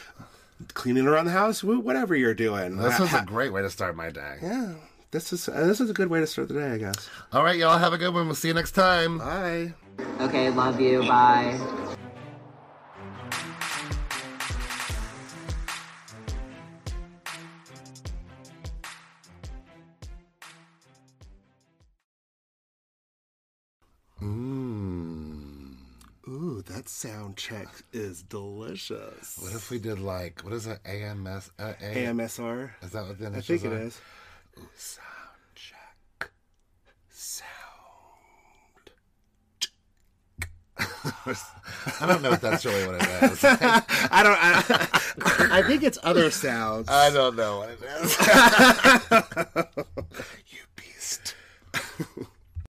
Speaker 1: cleaning around the house, wh- whatever you're doing.
Speaker 2: This
Speaker 1: Ha-
Speaker 2: was a
Speaker 1: Uh, ha-
Speaker 2: great way to start my day.
Speaker 1: yeah. This is uh, this is a good way to start the day, I guess.
Speaker 2: All right, y'all. Have a good one. We'll see you next time.
Speaker 1: Bye.
Speaker 13: Okay, love you. Bye.
Speaker 2: Mmm.
Speaker 1: Ooh, that sound check is delicious.
Speaker 2: What if we did like, what is it? AMS? Uh, A-
Speaker 1: AMSR?
Speaker 2: Is that what the
Speaker 1: I
Speaker 2: initials
Speaker 1: think it
Speaker 2: are?
Speaker 1: is.
Speaker 2: Ooh, sound check. Sound. I don't know if that's really what it is.
Speaker 1: I don't. I, I think it's other sounds.
Speaker 2: I don't know what it is. you beast.